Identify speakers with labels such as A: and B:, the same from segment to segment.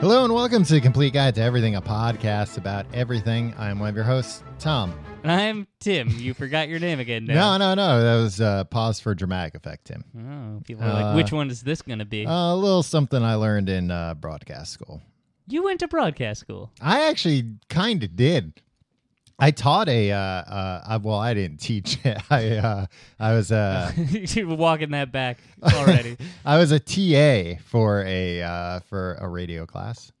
A: Welcome to the Complete Guide to Everything, a podcast about everything. I'm one of your hosts, Tom.
B: And I'm Tim. You forgot your name again.
A: No,
B: Now.
A: no, no. That was uh, pause for dramatic effect, Tim.
B: Oh, people are
A: Uh,
B: like, which one is this going to be?
A: a little something I learned in uh, broadcast school.
B: you went to broadcast school.
A: I actually kind of did. I taught a uh, uh, I- well, I didn't teach it. I uh, I was uh,
B: you were walking that back already.
A: I was a TA for a uh, for a radio class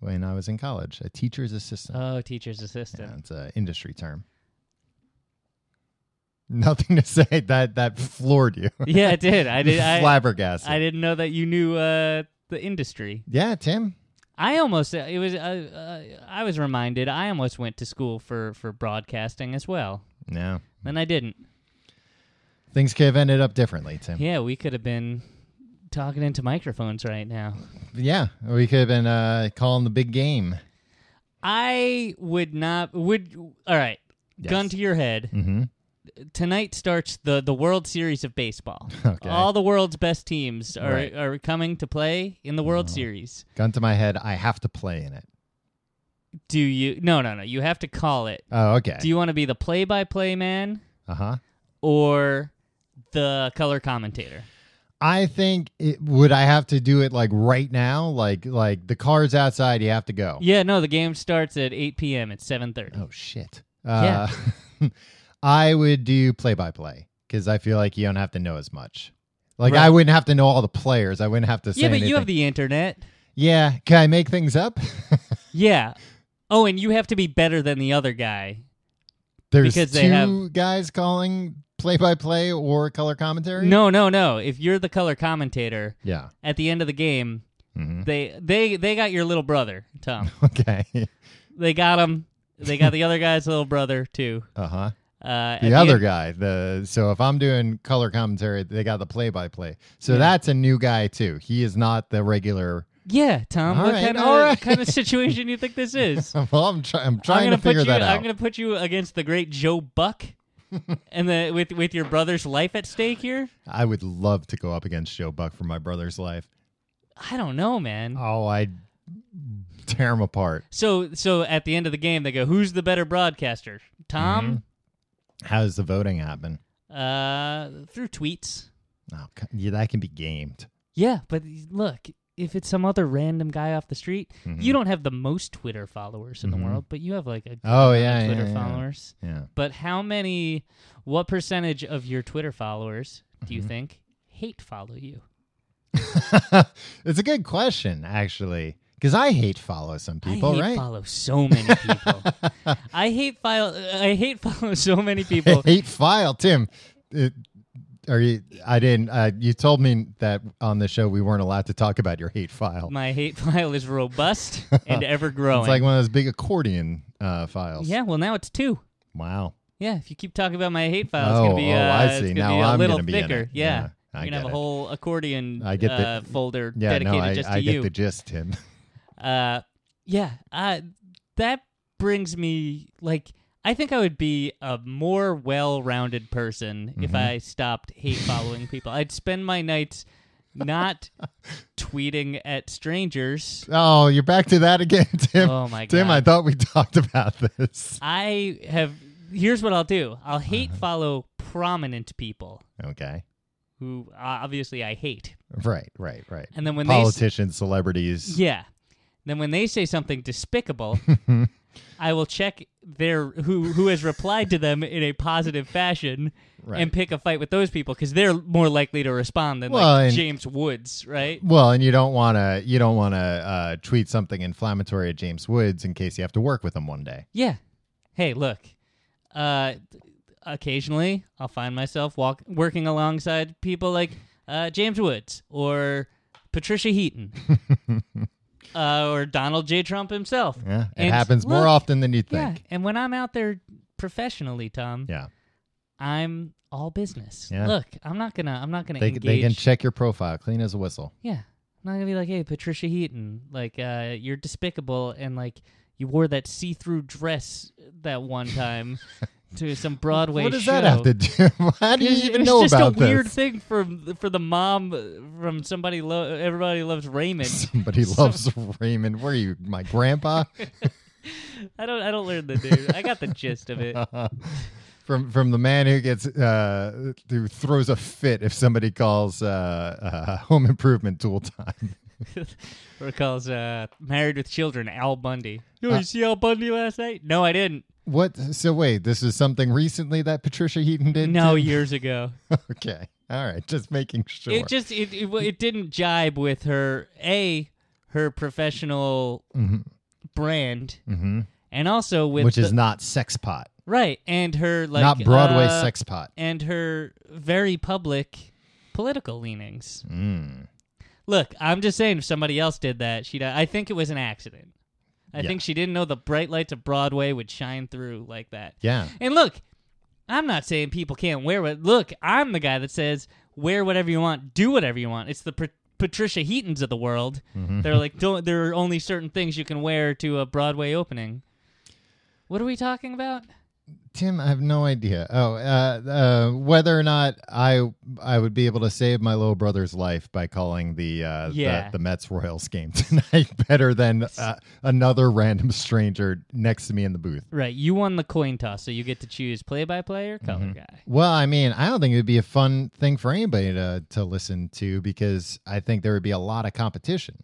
A: when I was in college. A teacher's assistant.
B: oh, teacher's
A: Yeah,
B: assistant.
A: it's an industry term. Nothing to say that that floored you.
B: Yeah, I did. I did. I,
A: Flabbergasted.
B: I didn't know that you knew uh, the industry.
A: yeah, Tim.
B: I almost it was. Uh, uh, I was reminded. I almost went to school for for broadcasting as well.
A: No,
B: Then I didn't.
A: things could have ended up differently, Tim.
B: Yeah, we could have been talking into microphones right now.
A: Yeah, we could have been uh, calling the big game.
B: I would not. Would all right. Gun
A: Yes.
B: to your head.
A: Mm-hmm.
B: tonight starts the, the World Series of baseball.
A: Okay.
B: All the world's best teams are
A: Right. Uh-huh.
B: are coming to play in the World Series.
A: Gun to my head. I have to play in it.
B: Do you? No, no, no. You have to call it.
A: Oh, okay.
B: Do you want to be the play by play man
A: uh huh.
B: or the color commentator?
A: I think it, would I have to do it like right now? Like like the car's outside. You have to go.
B: Yeah, no. The game starts at eight p.m. It's seven thirty.
A: Oh shit. Uh, I would do play by play because I feel like you don't have to know as much. Like
B: Right.
A: I wouldn't have to know all the players. I wouldn't have to say.
B: Yeah, but you have
A: anything.
B: the internet.
A: Yeah, can I make things up?
B: Yeah. Oh, and you have to be better than the other guy.
A: There's
B: Because
A: two
B: they have-
A: guys calling play by play or color commentary.
B: No, no, no. If you're the color commentator
A: Yeah.
B: at the end of the game,
A: hmm
B: they they they got your little brother, Tom.
A: Okay.
B: they got him. They got the other guy's little brother too.
A: Uh huh.
B: Uh, at
A: The other
B: end-
A: guy. The so if I'm doing color commentary, they got the play by play. So that's a new guy too. He is not the regular.
B: Yeah, Tom.
A: All
B: what
A: right,
B: kind, of,
A: all right.
B: kind of situation you think this is?
A: well, I'm, try- I'm
B: I'm
A: trying
B: gonna
A: to figure
B: put you.
A: that out.
B: I'm gonna put you against the great Joe Buck, and the with with your brother's life at stake here.
A: I would love to go up against Joe Buck for my brother's life.
B: I don't know, man.
A: Oh, I'd tear him apart.
B: So so at the end of the game, they go, "Who's the better broadcaster, Tom?"
A: How does the voting happen? Mm-hmm.
B: Uh, through tweets.
A: Oh, c- yeah, that can be gamed.
B: Yeah, but look, if it's some other random guy off the street,
A: Mm-hmm.
B: you don't have the most Twitter followers in
A: Mhm.
B: the world, but you have like a good
A: Oh,
B: amount of
A: yeah, yeah,
B: Twitter
A: yeah.
B: followers.
A: Yeah.
B: But how many? What percentage of your Twitter followers do
A: Mm-hmm.
B: you think hate follow you?
A: it's a good question, actually, because I hate follow some people,
B: I hate
A: right?
B: follow so many people. I hate file. I hate follow so many people.
A: hate file, Tim. It, are you? I didn't. Uh, you told me that on the show we weren't allowed to talk about your hate file.
B: My hate file is robust and ever growing.
A: It's like one of those big accordion uh, files.
B: yeah, well now it's two.
A: Wow.
B: Yeah, if you keep talking about my hate file, it's
A: Oh,
B: gonna be
A: oh,
B: uh,
A: I
B: it's
A: see.
B: gonna
A: Now
B: be a
A: I'm
B: little
A: gonna be in
B: thicker.
A: it.
B: Yeah.
A: Yeah, I
B: you're gonna have
A: get
B: a
A: it.
B: whole accordion
A: I get the-
B: uh, folder
A: Yeah.
B: dedicated
A: no, I,
B: just to
A: I
B: you.
A: get the gist, Tim.
B: uh, yeah, uh, that brings me like I think I would be a more well-rounded person if I stopped hate following people. I'd spend my nights not tweeting at strangers.
A: Oh, you're back to that again, Tim.
B: Oh my
A: Tim, I
B: god!
A: thought we talked about this.
B: I have. Here's what I'll do. I'll hate follow prominent people.
A: Okay.
B: who uh, obviously I hate.
A: Right, right, right.
B: And then when they
A: Politicians,
B: s-
A: celebrities.
B: yeah, then when they say something despicable, I will check their who who has replied to them in a positive fashion
A: Right.
B: and pick a fight with those people because they're more likely to respond than
A: Well,
B: like
A: and-
B: James Woods, right?
A: Well, and you don't want to you don't want to uh, tweet something inflammatory at James Woods in case you have to work with him one day.
B: Yeah. Hey, look. Uh, occasionally, I'll find myself walk working alongside people like uh, James Woods or Patricia Heaton. Uh, or Donald J. Trump himself.
A: Yeah, it
B: And
A: happens more
B: look,
A: often than you
B: Yeah,
A: think.
B: and when I'm out there professionally, Tom,
A: Yeah,
B: I'm all business.
A: Yeah.
B: Look, I'm not gonna, I'm not gonna
A: they
B: engage.
A: they can check your profile, clean as a whistle.
B: yeah, I'm not gonna be like, hey, Patricia Heaton, like, uh, you're despicable, and like, you wore that see-through dress that one time. to some Broadway
A: what does
B: show.
A: that have to do? How do you
B: It's-
A: even
B: it's
A: know
B: just
A: about
B: a weird
A: this?
B: thing for for the mom uh, from somebody. Lo- Everybody loves Raymond.
A: Somebody loves Raymond. Where are you, my grandpa?
B: I don't. I don't learn the dude. I got the gist of it.
A: from from the man who gets uh, who throws a fit if somebody calls uh, uh, home improvement tool time.
B: or calls uh, married with children Al Bundy. Uh, Yo, you see Al Bundy last night? No, I didn't.
A: What? So wait, this is something recently that Patricia Heaton did.
B: No,
A: too?
B: years ago.
A: okay, all right, just making sure.
B: It just it, it w- it didn't jibe with her a her professional brand, and also with
A: Mm-hmm. which
B: the-
A: is not sex pot,
B: right and her like
A: not Broadway
B: uh,
A: sex pot.
B: and her very public political leanings.
A: Mm.
B: Look, I'm just saying, if somebody else did that, she. I think it was an accident. I
A: Yeah.
B: think she didn't know the bright lights of Broadway would shine through like that.
A: Yeah,
B: And look, I'm not saying people can't wear what. Look, I'm the guy that says wear whatever you want, do whatever you want. It's the Pat- Patricia Heatons of the world. They're like, don't. There are only certain things you can wear to a Broadway opening. What are we talking about?
A: Tim, I have no idea. Oh, uh, uh, whether or not I I would be able to save my little brother's life by calling the uh,
B: Yeah.
A: the, the Mets Royals game tonight better than uh, another random stranger next to me in the booth.
B: Right, you won the coin toss, so you get to choose play-by-play or color guy.
A: Well, I mean, I don't think it would be a fun thing for anybody to to listen to because I think there would be a lot of competition.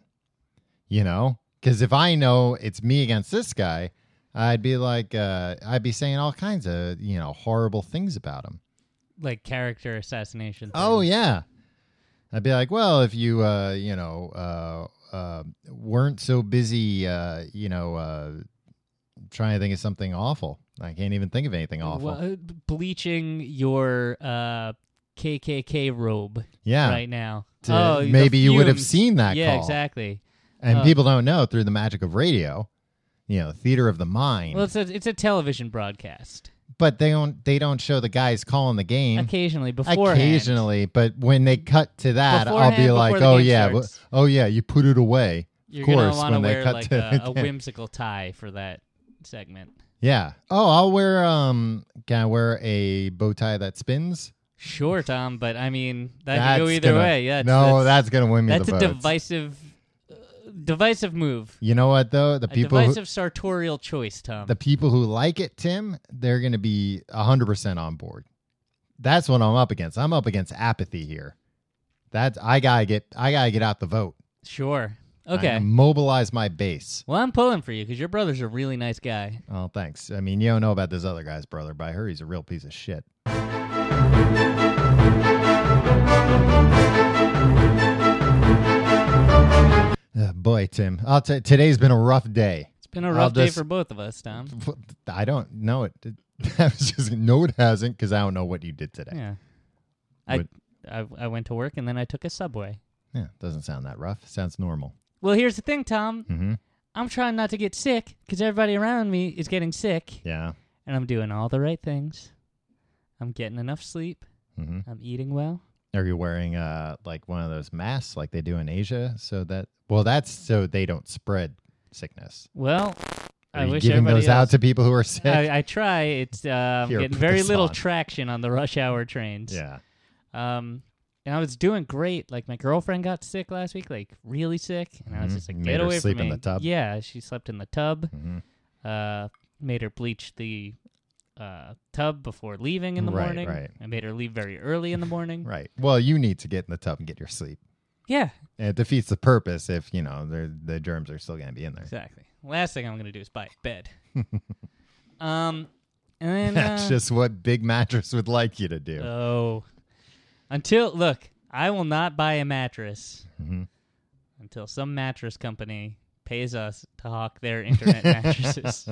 A: You know, because if I know it's me against this guy, I'd be like, uh, I'd be saying all kinds of you know horrible things about him.
B: Like character assassination. Thing.
A: Oh yeah. I'd be like, well, if you uh, you know, uh, uh, weren't so busy, uh, you know, uh, trying to think of something awful. I can't even think of anything awful.
B: Well, uh, bleaching your uh, KKK robe
A: yeah,
B: right now.
A: To-
B: oh, the
A: maybe you would have
B: fumes.
A: seen that
B: Yeah,
A: call.
B: exactly.
A: and
B: uh,
A: people don't know through the magic of radio, you know, theater of the mind.
B: Well, it's a it's a television broadcast.
A: but they don't they don't show the guys calling the game.
B: Occasionally, beforehand.
A: Occasionally, but when they cut to that, I'll
B: Beforehand,
A: be
B: before
A: like,
B: the
A: "Oh
B: game
A: yeah,
B: starts.
A: wh- oh yeah, you put it away."
B: you're
A: of course,
B: gonna want
A: when
B: to
A: they
B: wear
A: cut
B: like
A: to the
B: a, a
A: game.
B: whimsical tie for that segment.
A: Yeah. Oh, I'll wear um can I wear a bow tie that spins?
B: Sure, Tom, but I mean that can go either
A: gonna-
B: way. Yeah, it's-
A: no,
B: that's
A: that's, gonna win me
B: that's
A: the
B: a
A: votes.
B: divisive, uh, divisive move.
A: You know what though? The
B: A
A: people who,
B: divisive sartorial choice, Tom.
A: the people who like it, Tim, they're gonna be hundred percent on board. That's what I'm up against. I'm up against apathy here. That's I gotta get I gotta get out the vote.
B: sure.
A: I
B: Okay.
A: gotta mobilize my base.
B: Well, I'm pulling for you because your brother's a really nice guy.
A: Oh, thanks. I mean, you don't know about this other guy's brother, but I heard he's a real piece of shit. Uh, boy, Tim, I'll t- today's been a rough day.
B: It's been a
A: I'll
B: rough day
A: just-
B: for both of us, Tom.
A: I don't know it. I was just no, it hasn't, because I don't know what you did today. Yeah.
B: Yeah. I,
A: Would-
B: I I went to work and then I took a subway.
A: doesn't sound that rough. Sounds normal.
B: Well, here's the thing, Tom.
A: Mm-hmm.
B: I'm trying not to get sick because everybody around me is getting sick,
A: Yeah.
B: and I'm doing all the right things. I'm getting enough sleep.
A: Mm-hmm.
B: I'm eating well.
A: Are you wearing uh like one of those masks like they do in Asia? So that well, that's so they don't spread sickness.
B: Well,
A: Are
B: I
A: you
B: wish
A: giving
B: everybody
A: those out
B: else-
A: to people who are sick?
B: I, I try. It's uh, I'm
A: Here,
B: getting
A: put
B: very
A: this
B: little
A: on.
B: traction on the rush hour trains.
A: yeah.
B: Um, and I was doing great. Like my girlfriend got sick last week, like really sick, and I was
A: Mhm.
B: just like,
A: Made
B: "Get
A: her
B: away
A: sleep
B: from
A: in
B: me!"
A: the tub?
B: Yeah, she slept in the tub.
A: hmm
B: Uh, made her bleach the uh tub before leaving in the
A: Right,
B: morning.
A: right.
B: I made her leave very early in the morning.
A: Right. Well, you need to get in the tub and get your sleep.
B: Yeah,
A: And it defeats the purpose if you know they're- the germs are still going to be in there.
B: exactly. Last thing I'm gonna do is buy a bed. um, and then
A: That's
B: uh,
A: just what Big Mattress would like you to do.
B: oh, until look, I will not buy a mattress
A: Mhm.
B: until some mattress company pays us to hawk their internet mattresses.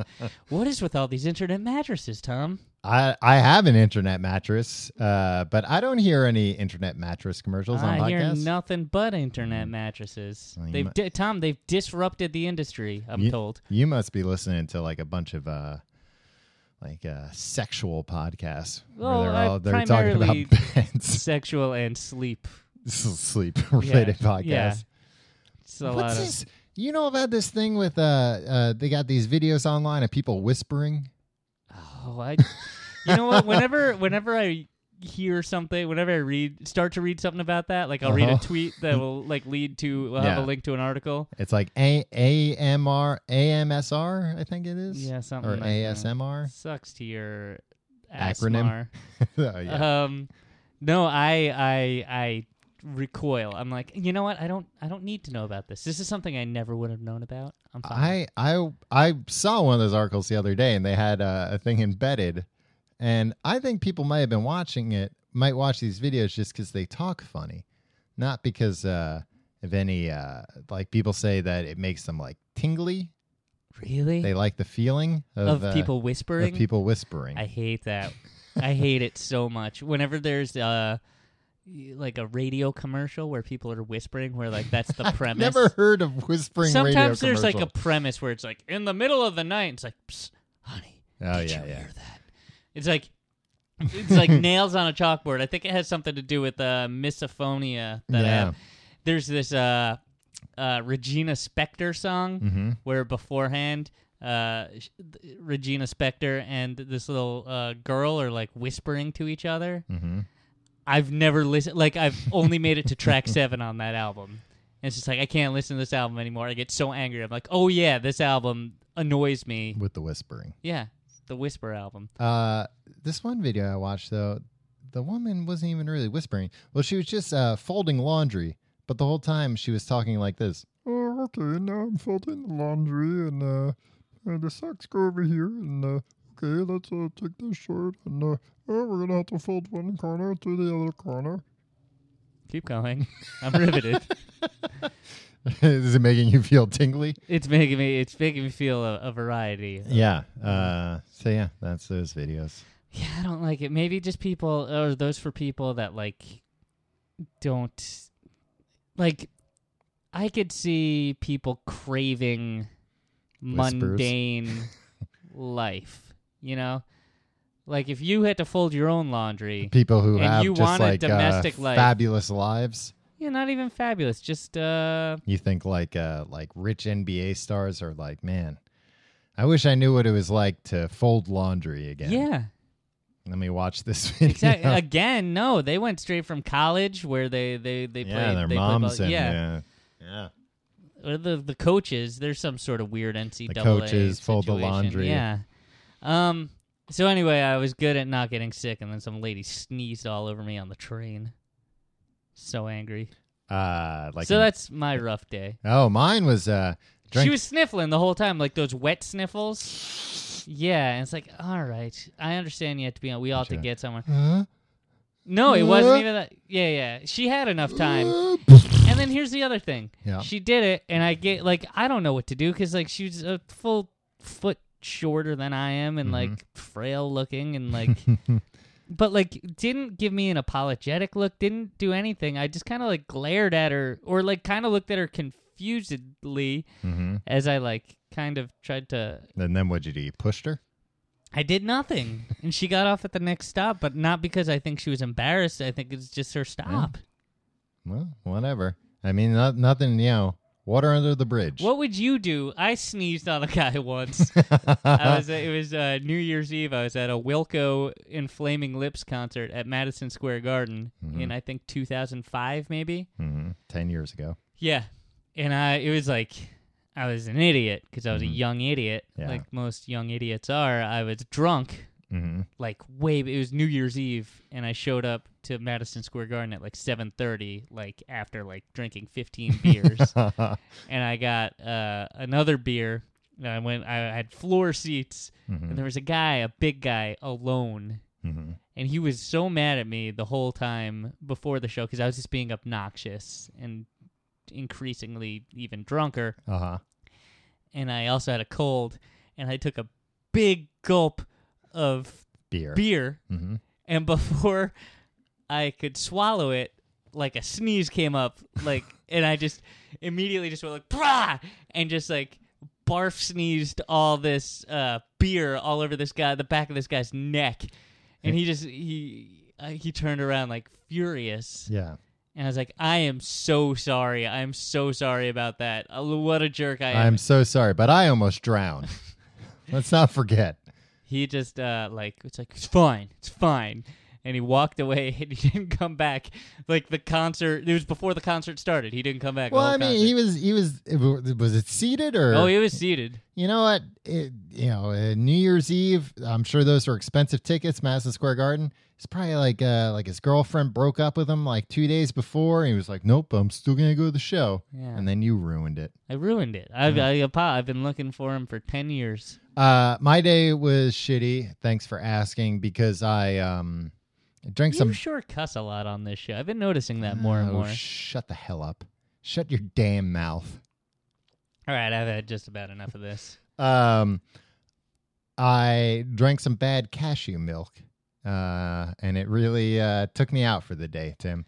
B: what is with all these internet mattresses, Tom?
A: I I have an internet mattress, uh, but I don't hear any internet mattress commercials on
B: I hear
A: podcasts. Mm-hmm.
B: nothing but internet mattresses.
A: Well, you
B: They've
A: mu-
B: di- Tom, they've disrupted the industry. I'm
A: You-
B: told.
A: You must be listening to like a bunch of uh, like uh, sexual podcasts
B: Well,
A: where they're
B: I
A: all they're talking
B: primarily-
A: about beds,
B: Sexual and sleep.
A: sleep related podcasts.
B: Yeah. It's a
A: What's
B: lot of
A: this? You know about this thing with uh, uh, they got these videos online of people whispering.
B: oh, I. You know what? Whenever whenever I hear something, whenever I read start to read something about that, like I'll read a
A: Uh-huh.
B: tweet that will like lead to we'll have
A: Yeah.
B: a link to an article.
A: It's like A A M R A M S R, I think it is.
B: Yeah, something
A: Or
B: like that.
A: ASMR.
B: Sucks to your
A: Acronym?
B: ASMR.
A: oh, yeah.
B: Um no, I I I recoil. I'm like, you know what? I don't I don't need to know about this. This is something I never would have known about. I'm fine.
A: I I I saw one of those articles the other day, and they had uh, a thing embedded, and I think people might have been watching it, might watch these videos just because they talk funny, not because uh, of any uh, like people say that it makes them like tingly.
B: really?
A: They like the feeling of,
B: of,
A: uh,
B: people whispering.
A: of people whispering.
B: I hate that. I hate it so much. Whenever there's uh y- like a radio commercial where people are whispering, where like that's the premise.
A: Never heard of whispering. radio
B: Sometimes there's like a
A: commercial.
B: premise where it's like in the middle of the night. It's like, Psst, honey,
A: Oh
B: did
A: yeah,
B: you
A: yeah.
B: hear that? It's like. it's like nails on a chalkboard. I think it has something to do with uh, misophonia that I
A: Yeah.
B: have. There's this uh, uh, Regina Spektor song
A: Mm-hmm.
B: where beforehand uh, sh- th- Regina Spektor and this little uh, girl are like whispering to each other.
A: Mm-hmm.
B: I've never listened, like, I've only made it to track seven on that album. And it's just like, I can't listen to this album anymore. I get so angry. I'm like, oh yeah, this album annoys me.
A: With the whispering.
B: Yeah, the Whisper album.
A: Uh, this one video I watched though, the woman wasn't even really whispering. Well, she was just uh, folding laundry, but the whole time she was talking like this. Oh, okay. Now I'm folding the laundry, and uh, and the socks go over here, and uh, okay, let's uh, take this shirt, and uh, oh, we're gonna have to fold one corner to the other corner.
B: Keep going. I'm riveted.
A: Is it making you feel tingly?
B: it's making me. It's making me feel a, a variety.
A: Yeah. Uh, so yeah, that's those videos.
B: Yeah, I don't like it. Maybe just people or those for people that like don't like I could see people craving
A: Whispers.
B: mundane life, you know? Like if you had to fold your own laundry,
A: People who
B: And
A: have
B: you
A: just
B: want a
A: like uh,
B: domestic life.
A: fabulous lives.
B: you're not even fabulous, just uh
A: You think like uh like rich NBA stars are like, man, I wish I knew what it was like to fold laundry again.
B: yeah.
A: Let me watch this video.
B: Exactly. Again, no, they went straight from college where they they they
A: yeah,
B: played
A: their
B: they played
A: moms
B: ball-
A: and
B: yeah.
A: yeah. Yeah.
B: or uh, the the coaches. There's some sort of weird NCAA.
A: coaches fold the
B: situation.
A: laundry.
B: Yeah. Um. So anyway, I was good at not getting sick, and then some lady sneezed all over me on the train. So angry.
A: Uh like
B: so that's my rough day.
A: Oh, mine was uh
B: She
A: drink
B: was sniffling the whole time, like those wet sniffles. Yeah, and it's like, all right, I understand you have to be on. We all have to
A: Gotcha.
B: get somewhere.
A: Huh?
B: No, it
A: Huh?
B: wasn't even that. Yeah, yeah. She had enough time. And then here's the other thing.
A: Yeah.
B: She did it, and I get like I don't know what to do because like she was a full foot shorter than I am, and
A: Mhm.
B: like frail looking, and like, but like didn't give me an apologetic look, didn't do anything. I just kind of like glared at her, or like kind of looked at her confusedly
A: hmm
B: as I like kind of tried to.
A: And then what'd you do? You pushed her?
B: I did nothing, and she got off at the next stop, but not because I think she was embarrassed. I think it's just her stop.
A: Well, whatever. I mean not, nothing, you know. Water under the bridge.
B: What would you do? I sneezed on a guy once. I was it was uh, New Year's Eve. I was at a Wilco and Flaming Lips concert at Madison Square Garden in I think 2005 maybe.
A: Mhm. Ten years ago.
B: Yeah, and I it was like I was an idiot because I was a young idiot,
A: Yeah.
B: like most young idiots are. I was drunk,
A: hmm
B: like way. It was New Year's Eve, and I showed up to Madison Square Garden at like 7:30, like after like drinking 15 beers and I got uh, another beer. And I went. I had floor seats, and
A: Mm-hmm.
B: there was a guy, a big guy, alone,
A: hmm
B: and he was so mad at me the whole time before the show because I was just being obnoxious and increasingly even drunker.
A: Uh-huh.
B: And I also had a cold, and I took a big gulp of
A: Beer.
B: beer,
A: hmm
B: and before I could swallow it, like a sneeze came up, like, and I just immediately just went like, brah, and just like barf sneezed all this uh, beer all over this guy, the back of this guy's neck, and he just he uh, he turned around like furious,
A: Yeah.
B: and I was like, I am so sorry, I am so sorry about that. Uh, What a jerk I am.
A: I'm so sorry, but I almost drowned. Let's not forget.
B: he just uh like it's like it's fine, it's fine. And he walked away and he didn't come back. Like the concert, it was before the concert started. He didn't come back. the
A: Well,
B: whole
A: I mean,
B: concert.
A: he was he was was it seated or
B: oh, he was seated.
A: You know what? It, you know, uh, New Year's Eve. I'm sure those were expensive tickets. Madison Square Garden. It's probably like uh, like his girlfriend broke up with him like two days before, and he was like, "Nope, I'm still gonna go to the show."
B: Yeah.
A: And then you ruined it.
B: I ruined it. I've, I, apo- I've been looking for him for ten years.
A: Uh, my day was shitty. Thanks for asking because I um drank some.
B: you sure cuss a lot on this show. I've been noticing that more and
A: Oh,
B: more.
A: shut the hell up! Shut your damn mouth.
B: All right, I've had just about enough of this.
A: Um, I drank some bad cashew milk, uh, and it really uh, took me out for the day, Tim.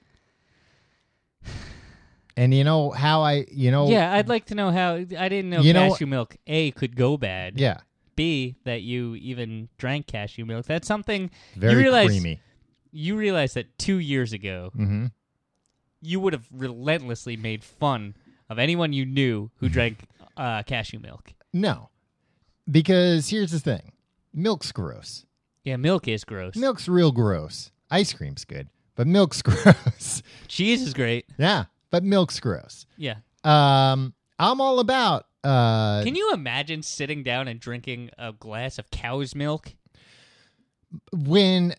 A: And you know how I, you know,
B: Yeah, I'd like to know how I didn't know
A: Oh. You know-
B: cashew milk A could go bad.
A: yeah,
B: B that you even drank cashew milk. That's something
A: very
B: realize-
A: creamy.
B: you realize that 2 years ago
A: hmm
B: you would have relentlessly made fun of anyone you knew who drank uh, cashew milk.
A: No, because here's the thing: milk's gross.
B: Yeah, milk is gross.
A: Milk's real gross. Ice cream's good, but milk's gross.
B: Cheese is great.
A: yeah, but milk's gross.
B: Yeah.
A: Um, I'm all about. Uh,
B: Can you imagine sitting down and drinking a glass of cow's milk?
A: when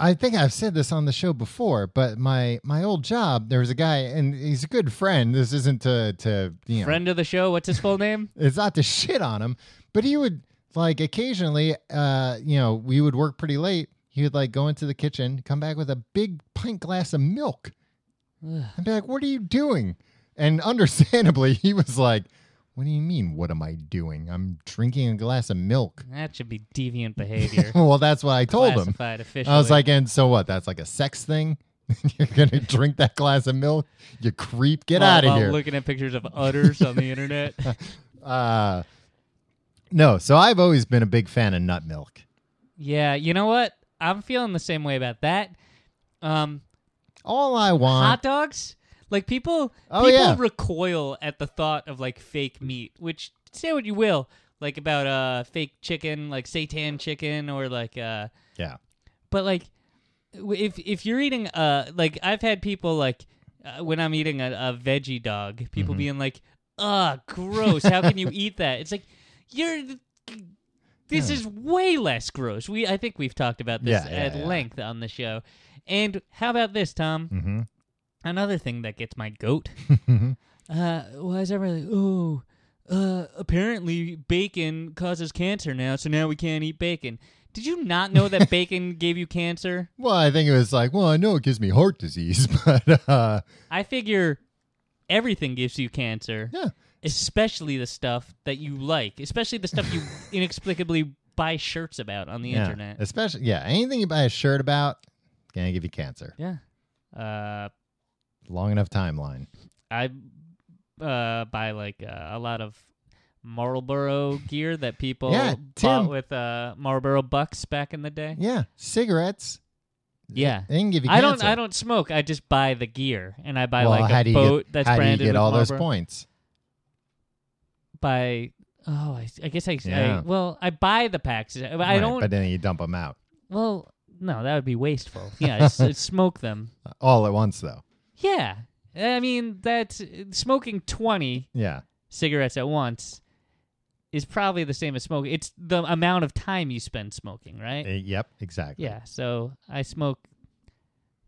A: I think I've said this on the show before, but my my old job, there was a guy, and he's a good friend. This isn't to to you know,
B: Friend of the show, what's his full name?
A: it's not to shit on him, but he would like occasionally, uh, you know, we would work pretty late. He would like go into the kitchen, come back with a big pint glass of milk, and be like, "What are you doing?" And understandably, he was like, "What do you mean? What am I doing? I'm drinking a glass of milk."
B: That should be deviant behavior.
A: well, that's what I told him.
B: Classified officially.
A: I was like, and so what? That's like a sex thing. You're gonna drink that glass of milk, you creep. Get
B: While-
A: out of
B: while
A: here.
B: Looking at pictures of udders on the internet.
A: uh, no, so I've always been a big fan of nut milk.
B: Yeah, you know what? I'm feeling the same way about that. Um,
A: All I want.
B: hot dogs, like people,
A: Oh,
B: people
A: yeah.
B: recoil at the thought of like fake meat. Which say what you will, like about uh fake chicken, like seitan chicken, or like uh,
A: yeah,
B: but like w- if if you're eating uh like I've had people like uh, when I'm eating a, a veggie dog, people
A: Mm-hmm.
B: being like, "Ugh, gross! How can you eat that?" It's like you're. This is way less gross. We I think we've talked about this
A: Yeah, yeah,
B: at
A: yeah.
B: length on the show. And how about this, Tom?
A: Mhm.
B: Another thing that gets my goat uh, why is everybody like, oh, uh, apparently bacon causes cancer now, so now we can't eat bacon. Did you not know that bacon gave you cancer?
A: Well, I think it was like, well, I know it gives me heart disease, but uh,
B: I figure everything gives you cancer,
A: yeah,
B: especially the stuff that you like, especially the stuff you inexplicably buy shirts about on the
A: yeah.
B: internet.
A: Especially, yeah, anything you buy a shirt about, gonna give you cancer.
B: Yeah. Uh,
A: Long enough timeline.
B: I uh, buy like uh, a lot of Marlboro gear that people
A: Yeah, Tim.
B: bought with uh, Marlboro bucks back in the day.
A: Yeah, cigarettes.
B: Yeah.
A: They can give you.
B: I
A: cancer.
B: don't. I don't smoke. I just buy the gear, and I buy
A: Well,
B: like
A: how
B: a
A: do you
B: boat
A: get,
B: that's
A: how
B: branded
A: do you get
B: with
A: all those
B: Marlboro.
A: points?
B: By oh, I, s- I guess I, I-
A: Yeah.
B: Well, I buy the packs. I, I
A: Right,
B: don't.
A: But then you dump them out
B: well, no, that would be wasteful. Yeah, I s- I smoke them.
A: uh, all at once, though.
B: Yeah, I mean that's smoking twenty
A: Yeah.
B: cigarettes at once is probably the same as smoking. It's the amount of time you spend smoking, right?
A: Eh, yep. Exactly.
B: Yeah, so I smoke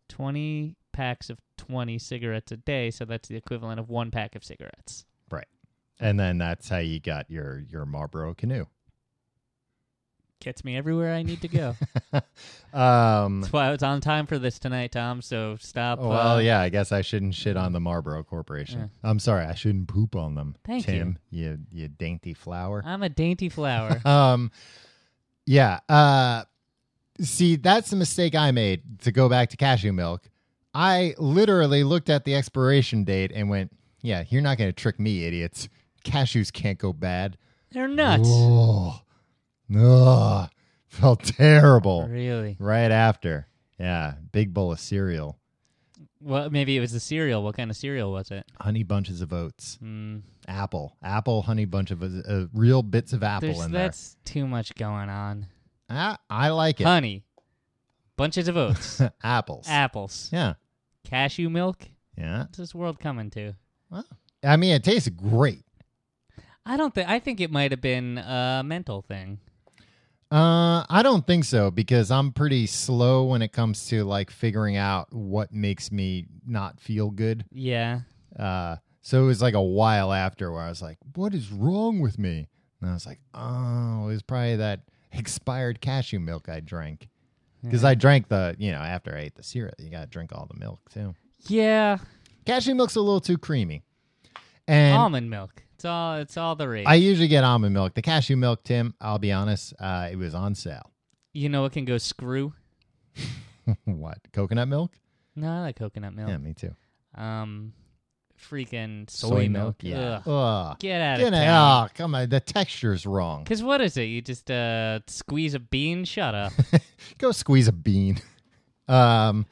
B: 20 packs of 20 cigarettes a day, so that's the equivalent of one pack of cigarettes.
A: Right. And then that's how you got your your Marlboro canoe.
B: Gets me everywhere I need to go.
A: Um.
B: that's why I was on time for this tonight, Tom, so stop. uh,
A: Oh, Well, yeah. I guess I shouldn't shit on the Marlboro Corporation. I'm sorry. I shouldn't poop on them.
B: Thank
A: Tim, you. You dainty flower.
B: I'm a dainty flower.
A: um. Yeah. Uh. See, that's the mistake I made to go back to cashew milk. I literally looked at the expiration date and went, "Yeah, you're not going to trick me, idiots. Cashews can't go bad."
B: They're nuts.
A: Oh, Ugh. felt terrible
B: Really?
A: right after. Yeah, big bowl of cereal,
B: Well, maybe it was the cereal. What kind of cereal was it?
A: honey bunches of oats,
B: Mm,
A: apple, apple, honey bunch of uh, real bits of apple
B: there's,
A: in there.
B: that's too much going on.
A: I, I like it.
B: Honey, bunches of oats,
A: Apples.
B: apples,
A: Yeah.
B: cashew milk.
A: Yeah.
B: What's this world coming to?
A: I mean, it tastes great.
B: I don't think. I think it might have been a mental thing.
A: Uh, I don't think so because I'm pretty slow when it comes to like figuring out what makes me not feel good.
B: Yeah.
A: Uh, so it was like a while after where I was like, "What is wrong with me?" And I was like, "Oh, it was probably that expired cashew milk I drank." Because I drank the, you know, after I ate the cereal, you got to drink all the milk too.
B: Yeah.
A: Cashew milk's a little too creamy, and
B: almond milk. It's all. It's all the rage.
A: I usually get almond milk. The cashew milk, Tim. I'll be honest, uh, it was on sale.
B: you know it can go screw.
A: what coconut milk?
B: No, I like coconut
A: Yeah,
B: milk.
A: me too.
B: Um, freaking soy, milk.
A: Yeah.
B: Ugh.
A: Ugh.
B: Get out
A: Get
B: of
A: it-
B: town.
A: oh, come on. The texture's wrong.
B: Cause what is it? You just uh squeeze a bean. Shut up.
A: Go squeeze a bean. um,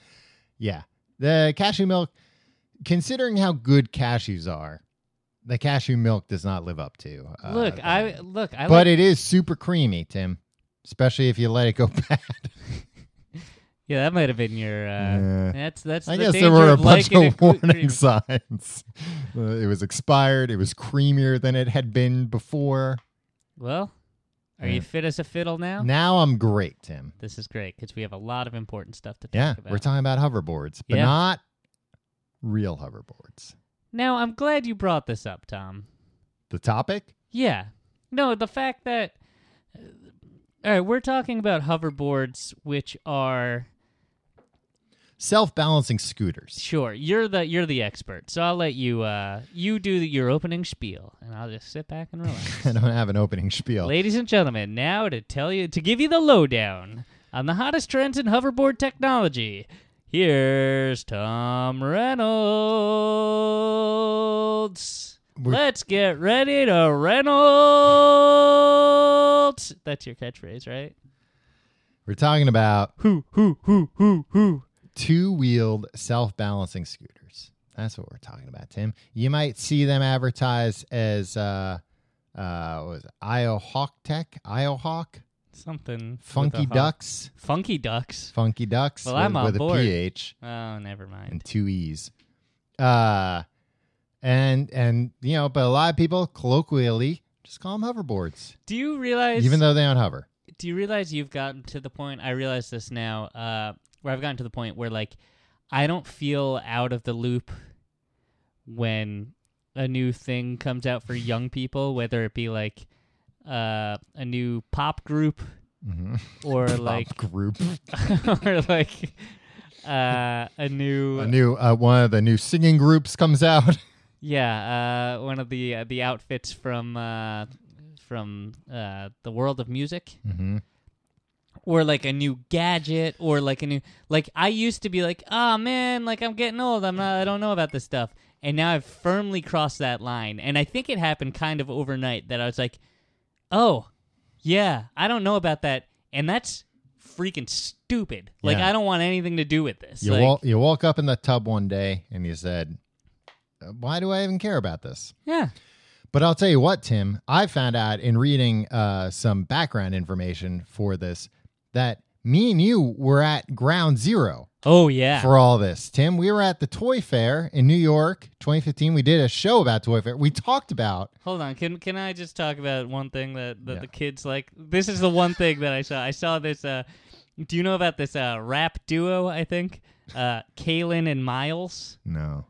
A: yeah. The cashew milk, considering how good cashews are, the cashew milk does not live up to. uh,
B: look, I
A: that.
B: look. I
A: But
B: like,
A: it is super creamy, Tim. Especially if you let it go bad.
B: yeah, that might have been your. Uh,
A: Yeah.
B: That's that's.
A: I
B: the
A: guess
B: danger
A: there were a
B: of
A: bunch
B: liking
A: of
B: a cre-
A: warning signs. Uh, it was expired. It was creamier than it had been before.
B: Well, are
A: Yeah.
B: you fit as a fiddle now?
A: Now I'm great, Tim.
B: This is great because we have a lot of important stuff to talk
A: Yeah,
B: about.
A: we're talking about hoverboards, but
B: Yeah.
A: not real hoverboards.
B: now, I'm glad you brought this up, Tom.
A: The topic?
B: Yeah. No, the fact that. uh, All right, we're talking about hoverboards, which are
A: Self balancing scooters.
B: sure you're the you're the expert, so I'll let you uh you do your opening spiel, and I'll just sit back and
A: I
B: relax.
A: don't have an opening spiel.
B: Ladies and gentlemen, now to tell you to give you the lowdown on the hottest trends in hoverboard technology. Here's Tom Reynolds.
A: We're-
B: Let's get ready to Reynolds. That's your catchphrase, right?
A: We're talking about
B: Who, who, who, who, who?
A: two wheeled self balancing scooters. That's what we're talking about, Tim. You might see them advertised as uh, uh, what was it? IOHawk Tech, IOHawk,
B: Something. with a
A: Funky
B: hu-
A: Ducks,
B: Funky ducks.
A: Funky Ducks
B: Well,
A: with,
B: I'm on
A: with
B: board.
A: a PH.
B: Oh, never mind.
A: and two e's uh and and you know but a lot of people colloquially just call them hoverboards
B: Do you realize?
A: even though they don't hover
B: do you realize you've gotten to the point i realize this now uh where i've gotten to the point where like i don't feel out of the loop when a new thing comes out for young people whether it be like uh a new pop group
A: Mhm.
B: or
A: Pop
B: like
A: group
B: or like uh a new,
A: a new uh, one of the new singing groups comes out
B: yeah uh one of the uh, the outfits from uh from uh the world of music
A: Mhm.
B: or like a new gadget or like a new like I used to be like, "Ah man, like I'm getting old. I'm not I don't know about this stuff." And now I've firmly crossed that line. And I think it happened kind of overnight that I was like, "Oh, yeah, I don't know about that." And that's freaking stupid. Like
A: Yeah.
B: I don't want anything to do with this.
A: you
B: like,
A: walk you walk up in the tub one day and you said "Uh, why do i even care about this
B: yeah.
A: But I'll tell you what, Tim, I found out in reading uh, some background information for this that me and you were at ground zero
B: Oh yeah.
A: for all this. Tim, we were at the Toy Fair in New York 2015. We did a show about Toy Fair. We talked about
B: Hold on. Can can I just talk about one thing that, that
A: Yeah.
B: the kids like? This is the one thing that I saw. I saw this. Uh, do you know about this uh, rap duo? I think uh, Kalen and Miles.
A: no.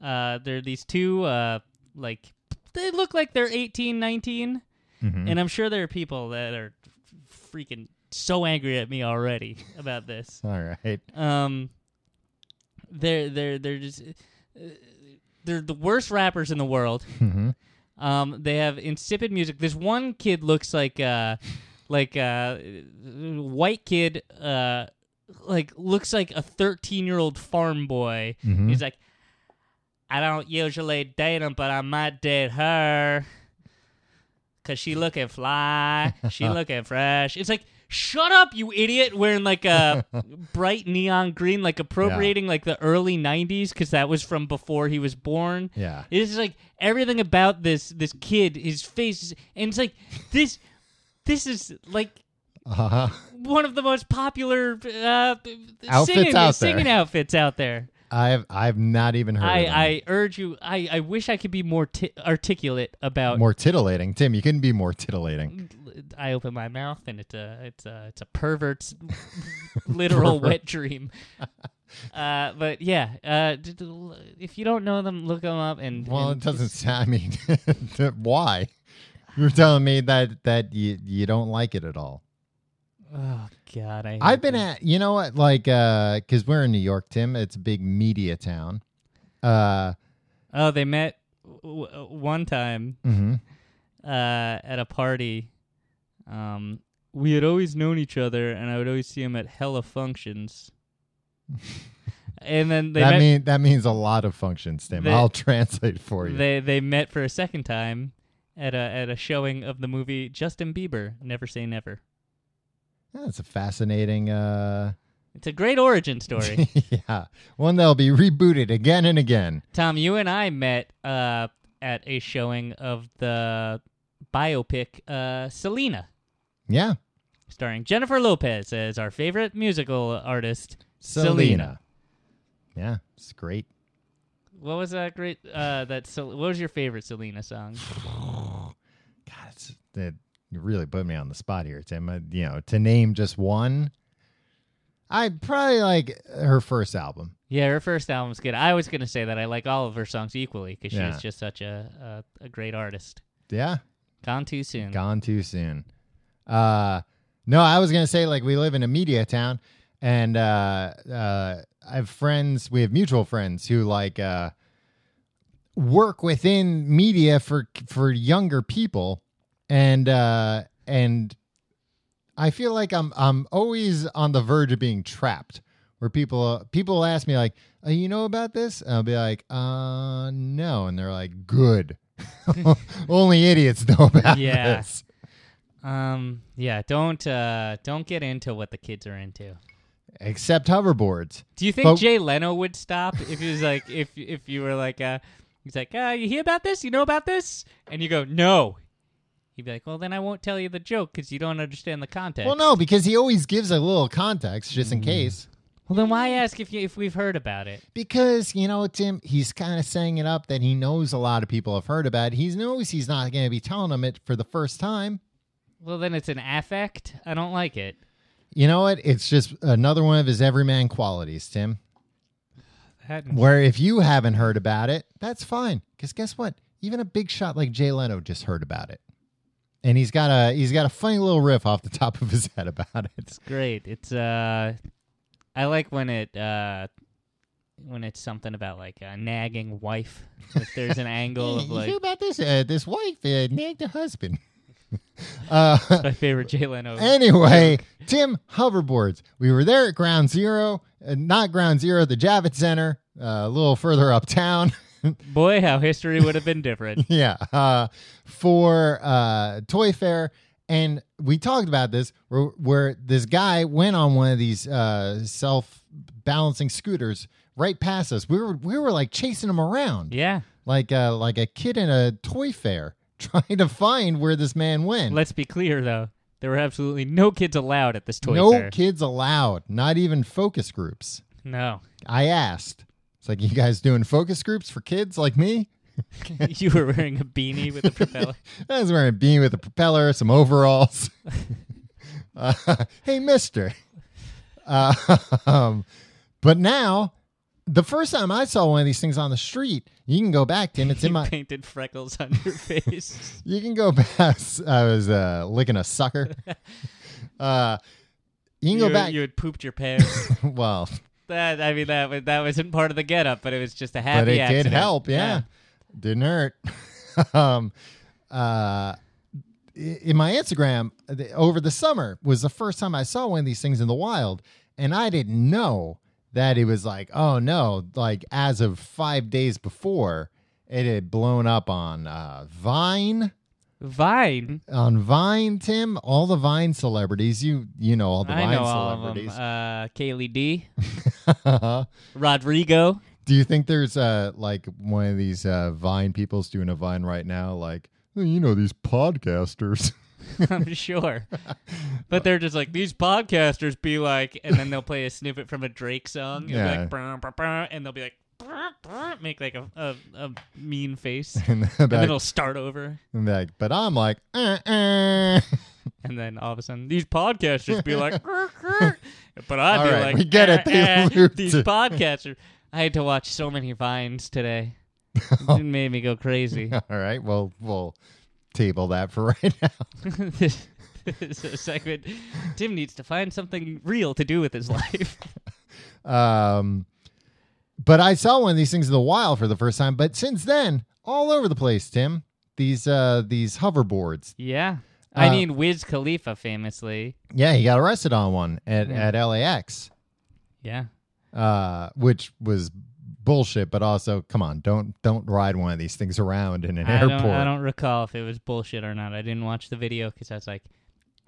B: Uh, they're these two. Uh, like they look like they're 18, 19. and I'm sure there are people that are freaking so angry at me already about this.
A: All right.
B: Um, they're they're they're just uh, they're the worst rappers in the world.
A: Mhm.
B: Um, they have insipid music. This one kid looks like uh like uh white kid uh like looks like a 13-year-old farm boy.
A: Mhm.
B: He's like I don't usually date him, but I might date her cuz she looking fly, she looking fresh. It's like Shut up, you idiot! Wearing like a bright neon green, like appropriating like the early '90s, because that was from before he was born.
A: Yeah.
B: It's just like everything about this this kid, his face, is, and it's like this. This is like
A: Uh-huh.
B: one of the most popular uh,
A: Outfits
B: singing,
A: out
B: singing
A: there.
B: outfits out there.
A: I've I've not even heard. of
B: I,
A: them.
B: I urge you. I, I wish I could be more ti articulate about.
A: more titillating, Tim. You couldn't be more titillating.
B: I open my mouth and it's a it's a it's a pervert's literal wet dream. Uh, but yeah, uh, d- d- l- if you don't know them, look them up. And
A: Well,
B: Mm, and
A: it doesn't sound. I mean, why? You're telling me that that you you don't like it at all.
B: Oh God, I
A: I've
B: hate
A: been
B: them.
A: at you know what like uh cuz we're in New York Tim it's a big media town uh
B: Oh, they met w- w- one time
A: mhm.
B: uh, at a party. Um, we had always known each other, and I would always see him at hella functions. and then they
A: that
B: met.
A: mean that means a lot of functions Tim
B: They-
A: I'll translate for you
B: They they met for a second time at a at a showing of the movie Justin Bieber Never Say Never.
A: that's a fascinating uh
B: It's a great origin story.
A: yeah one that'll be rebooted again and again
B: Tom, you and I met uh, at a showing of the biopic uh, Selena,
A: yeah
B: starring Jennifer Lopez as our favorite musical artist
A: Selena,
B: Selena.
A: yeah it's great
B: What was that great? Uh, that Sel- what was your favorite Selena song?
A: God it's that you really put me on the spot here Tim I, you know to name just one I probably like her first album
B: Yeah, her first album's good. I was gonna say that I like all of her songs equally because she's
A: Yeah.
B: just such a, a a great artist.
A: yeah
B: Gone too soon.
A: Gone too soon. Uh, no, I was gonna say like we live in a media town, and uh, uh, I have friends. We have mutual friends who like uh, work within media for for younger people, and uh, and I feel like I'm I'm always on the verge of being trapped. Where people people ask me like, oh, "You know about this?" And I'll be like, "Uh, no," and they're like, "Good." Only idiots know about
B: Yeah.
A: this.
B: Um, yeah, don't uh, don't get into what the kids are into.
A: except hoverboards.
B: Do you think
A: But-
B: Jay Leno would stop if he was like if if you were like uh, he's like uh, you hear about this? You know about this? And you go no. He'd be like, well, then I won't tell you the joke because you don't understand the context.
A: Well, no, because he always gives a little context just in case.
B: Well, then why ask if you, if we've heard about it?
A: Because you know, Tim, he's kind of saying it up that he knows a lot of people have heard about. It. He knows he's not going to be telling them it for the first time.
B: Well, then it's an affect. I don't like it.
A: You know what? It's just another one of his everyman qualities, Tim.
B: That-
A: Where if you haven't heard about it, that's fine. Because guess what? Even a big shot like Jay Leno just heard about it, and he's got a he's got a funny little riff off the top of his head about it.
B: It's great. It's uh, I like when it uh, when it's something about like a nagging wife. If there's an angle of
A: you hear
B: like
A: about this? Uh, this wife uh, nagged her husband. uh,
B: my favorite Jay Leno.
A: anyway, Tim hoverboards. We were there at Ground Zero, uh, not Ground Zero, the Javits Center, uh, a little further uptown.
B: Boy, how history would have been different.
A: yeah, uh, for uh, Toy Fair, and we talked about this where, where this guy went on one of these uh, self balancing scooters right past us. We were we were like chasing him around
B: yeah.
A: like a like a kid in a toy fair trying to find where this man went.
B: Let's be clear though. There were absolutely no kids allowed at this toy
A: no
B: fair.
A: kids allowed, not even focus groups.
B: no.
A: I asked. It's like you guys doing focus groups for kids like me?
B: you were wearing a beanie with a propeller.
A: "Eh, I was wearing a beanie with a propeller, some overalls. uh, hey, mister. Uh, um, but now, the first time I saw one of these things on the street, you can go back, Tim. It's in
B: you
A: my.
B: painted freckles on your face.
A: You can go past. I was uh, licking a sucker. Uh, you can
B: you,
A: go back.
B: you had pooped your pants.
A: well,
B: that I mean that was- that wasn't part of the getup, but it was just a happy
A: but it
B: accident.
A: did help. Yeah, didn't hurt. um, uh, i- in my Instagram the, over the summer was the first time I saw one of these things in the wild, and I didn't know that it was like, oh no, like as of five days before, it had blown up on uh, Vine.
B: Vine.
A: on Vine, Tim, all the Vine celebrities. You you know all the
B: I
A: Vine
B: know all of them.
A: celebrities. Uh-huh.
B: Uh, Kaylee D, Rodrigo.
A: Do you think there's uh like one of these uh Vine people's doing a Vine right now? Like "Hey, you know these podcasters.
B: I'm sure. But they're just like these podcasters be like, and then they'll play a snippet from a Drake song, and,
A: Yeah.
B: like, "Brr, brr, brr," and they'll be like, "Brr, brr," make like a, a, a mean face, and
A: and then
B: then
A: back,
B: it'll start over,
A: and back, but I'm like, uh, uh.
B: and then all of a sudden these podcasters be like, "Brr, brr," but I'd
A: All
B: be
A: right,
B: like,
A: we get it,
B: "Eh,
A: they
B: eh,
A: looped
B: these
A: it.
B: podcasters. I had to watch so many vines today. It made me go crazy.
A: all right, well, we'll table that for right now.
B: this, this is a segment. Tim needs to find something real to do with his life.
A: Um, but I saw one of these things in the wild for the first time. But since then, all over the place, Tim. These uh these hoverboards.
B: yeah. I
A: Uh,
B: mean, Wiz Khalifa famously.
A: Yeah, he got arrested on one at,
B: Yeah.
A: at LAX,
B: Yeah.
A: uh, which was bullshit. But also, come on, don't don't ride one of these things around in an
B: I
A: airport.
B: don't, I don't recall if it was bullshit or not. I didn't watch the video because I was like,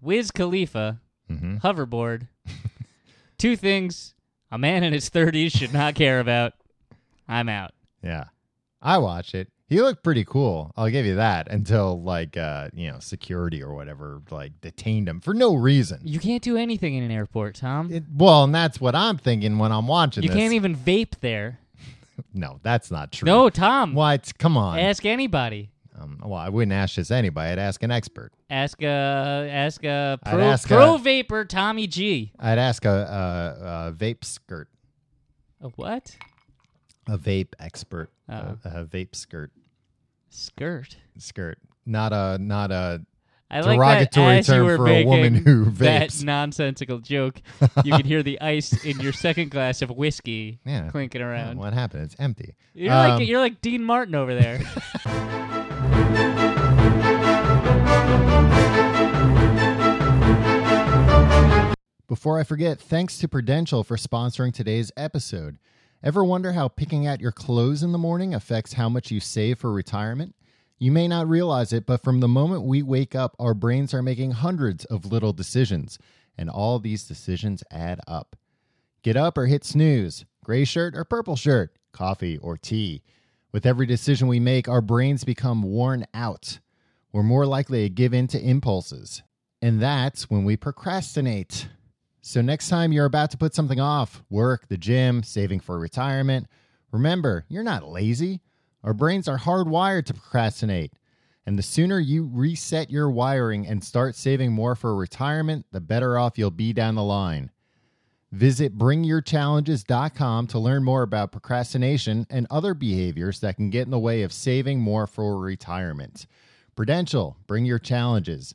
B: Wiz Khalifa,
A: hmm
B: hoverboard. Two things a man in his 30s should not care about. I'm out.
A: Yeah, I watch it. He looked pretty cool. I'll give you that. Until like uh, you know, security or whatever like detained him for no reason.
B: You can't do anything in an airport, Tom.
A: It, well, and that's what I'm thinking when I'm watching.
B: you
A: this.
B: can't even vape there.
A: No, that's not true.
B: No, Tom.
A: What? Come on.
B: Ask anybody.
A: um, well, I wouldn't ask this anybody. I'd ask an expert.
B: Ask a ask a
A: I'd
B: pro,
A: ask uh,
B: pro
A: a-
B: vapor Tommy G.
A: I'd ask a, a, a vape skirt,
B: A what?
A: a vape expert,
B: Uh-oh.
A: a, a vape skirt,
B: Skirt.
A: skirt. Not a not a.
B: I like
A: Derogatory
B: that as you
A: term
B: were
A: for a woman
B: making
A: who vapes.
B: That nonsensical joke. You can hear the ice in your second glass of whiskey
A: Yeah.
B: clinking
A: Yeah,
B: around.
A: What happened? It's empty.
B: You're
A: Um,
B: like you're like Dean Martin over there.
A: Before I forget, thanks to Prudential for sponsoring today's episode. Ever wonder how picking out your clothes in the morning affects how much you save for retirement? You may not realize it, but from the moment we wake up, our brains are making hundreds of little decisions, and all these decisions add up. Get up or hit snooze, gray shirt or purple shirt, coffee or tea. With every decision we make, our brains become worn out. We're more likely to give in to impulses, and that's when we procrastinate. So, next time you're about to put something off work, the gym, saving for retirement remember, you're not lazy. Our brains are hardwired to procrastinate. And the sooner you reset your wiring and start saving more for retirement, the better off you'll be down the line. Visit bringyourchallenges.com to learn more about procrastination and other behaviors that can get in the way of saving more for retirement. Prudential, bring your challenges.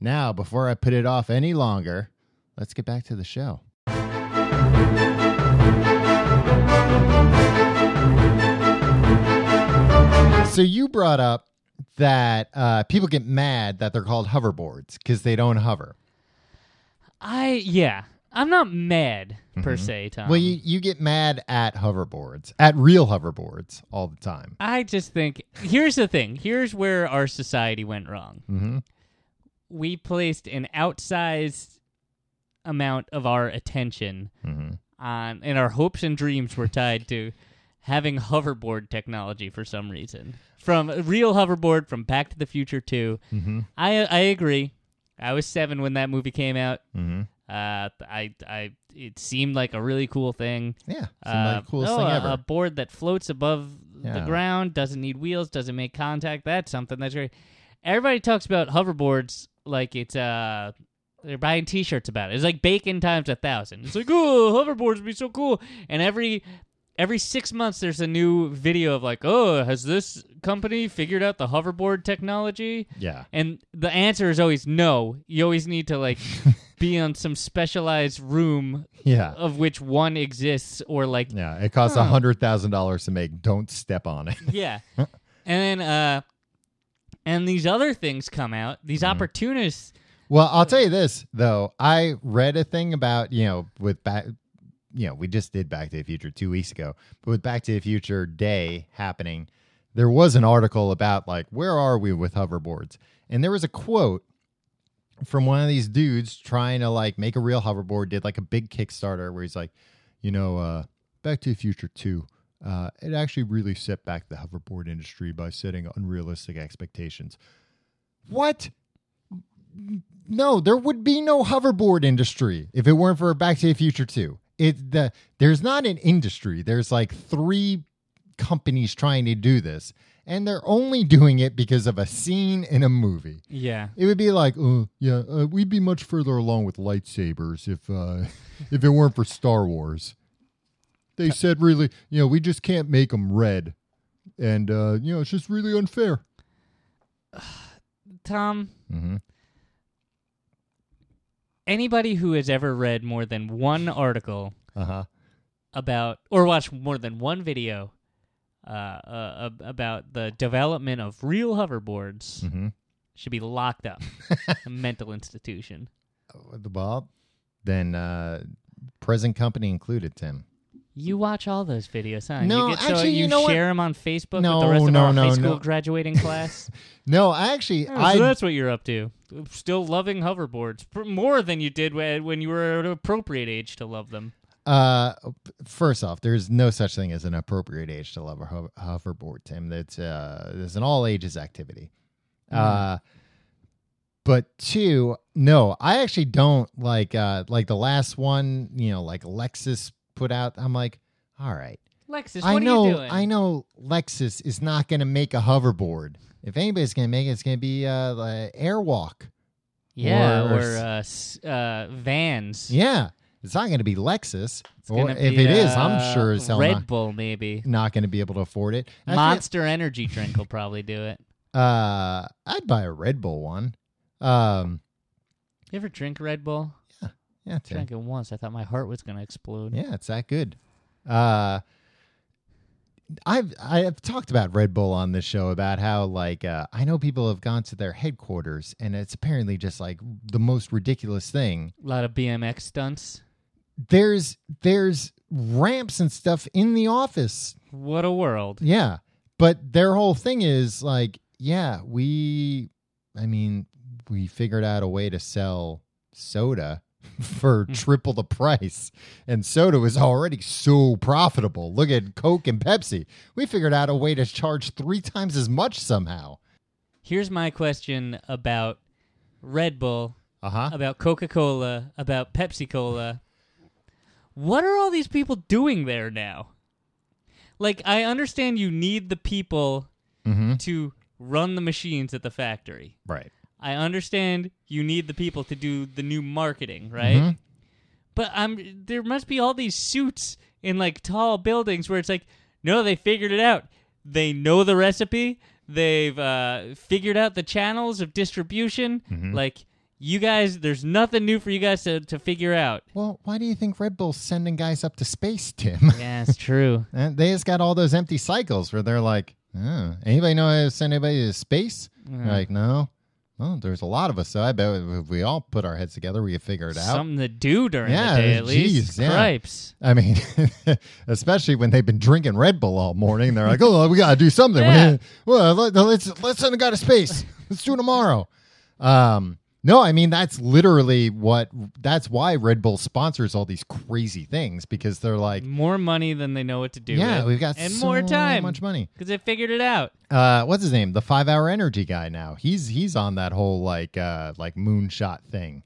A: Now, before I put it off any longer, let's get back to the show. So you brought up that uh, people get mad that they're called hoverboards because they don't hover.
B: I yeah. I'm not mad per se, Tom.
A: Mm-hmm. Well, you, you get mad at hoverboards, at real hoverboards all the time.
B: I just think here's the thing. Here's where our society went wrong.
A: Mm-hmm.
B: We placed an outsized amount of our attention
A: Mm-hmm.
B: on and our hopes and dreams were tied to having hoverboard technology for some reason from real hoverboard from back to the future 2
A: Mm-hmm.
B: i i agree i was 7 when that movie came out
A: Mm-hmm.
B: uh i i it seemed like a really cool thing
A: Yeah, seemed
B: uh,
A: like the coolest
B: oh,
A: thing
B: a,
A: ever.
B: a board that floats above the
A: Yeah.
B: ground doesn't need wheels doesn't make contact that's something that's great everybody talks about hoverboards like it's uh they're buying T-shirts about it. It's like bacon times a thousand. It's like, oh, hoverboards would be so cool. And every every six months, there's a new video of like, oh, has this company figured out the hoverboard technology?
A: yeah,
B: And the answer is always no. You always need to like be on some specialized room
A: yeah,
B: of which one exists, or like
A: yeah. It costs a hundred thousand dollars to make. Don't step on it.
B: yeah. And then uh, and these other things come out. These
A: Mm-hmm.
B: opportunists.
A: Well, I'll tell you this though. I read a thing about you know with back, you know, we just did Back to the Future two weeks ago, but with Back to the Future Day happening, there was an article about like where are we with hoverboards, and there was a quote from one of these dudes trying to like make a real hoverboard. Did like a big Kickstarter where he's like, you know, uh, Back to the Future two. Uh, it actually really set back the hoverboard industry by setting unrealistic expectations. What? no, there would be no hoverboard industry if it weren't for Back to the Future 2. It the there's not an industry. There's like three companies trying to do this, and they're only doing it because of a scene in a movie.
B: Yeah.
A: It would be like, uh, yeah, uh, we'd be much further along with lightsabers if uh, if it weren't for Star Wars. They said really, you know, we just can't make them red, and uh, you know, it's just really unfair.
B: Tom,
A: Mm-hmm.
B: anybody who has ever read more than one article
A: Uh huh.
B: about or watched more than one video uh, uh, ab- about the development of real hoverboards
A: Mm-hmm.
B: should be locked up, a mental institution.
A: the Bob, then uh, present company included, Tim.
B: You watch all those videos, huh?
A: No,
B: you get, so
A: actually, you
B: you,
A: know what?
B: share them on Facebook
A: No,
B: with the rest of
A: no,
B: our
A: no,
B: high school
A: no.
B: graduating class.
A: No, actually,
B: Oh,
A: I
B: so that's what you're up to. Still loving hoverboards Pr- more than you did when when you were at an appropriate age to love them.
A: uh, first off, there's no such thing as an appropriate age to love a ho- hoverboard, Tim. That's uh, there's an all ages activity. Uh, but two, no, I actually don't like uh, like the last one. You know, like Lexus put out. I'm like, all right.
B: Lexus,
A: I
B: what
A: know,
B: are you doing?
A: I know Lexus is not going to make a hoverboard. If anybody's going to make it, it's going to be uh, the Airwalk.
B: Yeah,
A: Or-
B: or, uh, s- uh, vans.
A: Yeah, it's not going to be Lexus.
B: It's
A: Or
B: gonna
A: if
B: be,
A: it is, I'm
B: uh,
A: sure as hell
B: Red
A: not,
B: Bull maybe.
A: not going to be able to afford it. I feel-
B: Monster Energy drink will probably do it.
A: uh, I'd buy a Red Bull one. Um,
B: You ever drink Red Bull?
A: yeah, Tim.
B: Drank it once. I thought my heart was gonna explode.
A: Yeah, it's that good. Uh, I've I've talked about Red Bull on this show about how like uh, I know people have gone to their headquarters and it's apparently just like the most ridiculous thing.
B: A lot of BMX stunts.
A: There's there's ramps and stuff in the office.
B: What a world.
A: Yeah, but their whole thing is like, yeah, we, I mean, we figured out a way to sell soda for triple the price, and soda was already so profitable. Look at Coke and Pepsi. We figured out a way to charge three times as much somehow.
B: Here's my question about Red Bull,
A: Uh huh.
B: about Coca Cola, about Pepsi Cola. What are all these people doing there now? Like, I understand you need the people
A: Mm-hmm.
B: to run the machines at the factory.
A: Right.
B: I understand you need the people to do the new marketing, right?
A: Mhm.
B: But I'm there must be all these suits in like tall buildings where it's like, no, they figured it out. They know the recipe. They've uh, figured out the channels of distribution. Like you guys, there's nothing new for you guys to, to figure out.
A: Well, why do you think Red Bull's sending guys up to space, Tim?
B: Yeah, it's true.
A: And Eh, they just got all those empty cycles where they're like, oh, anybody know how to send anybody to space? They're like, no. Well, there's a lot of us, so I bet if we all put our heads together, we could figure it out.
B: Something to do during
A: Yeah,
B: the day, at least.
A: jeez, yeah.
B: Cripes.
A: I mean, especially when they've been drinking Red Bull all morning, they're like, "Oh, we gotta do something.
B: Yeah.
A: well, let, us let's send a guy to space. Let's do it tomorrow." Um, no, I mean that's literally what. That's why Red Bull sponsors all these crazy things because they're like,
B: More money than they know what to do.
A: "Yeah,
B: with,
A: we've got
B: and
A: so
B: more time
A: much money."
B: because they figured it out.
A: uh what's his name the five hour energy guy now he's he's on that whole like uh like moonshot thing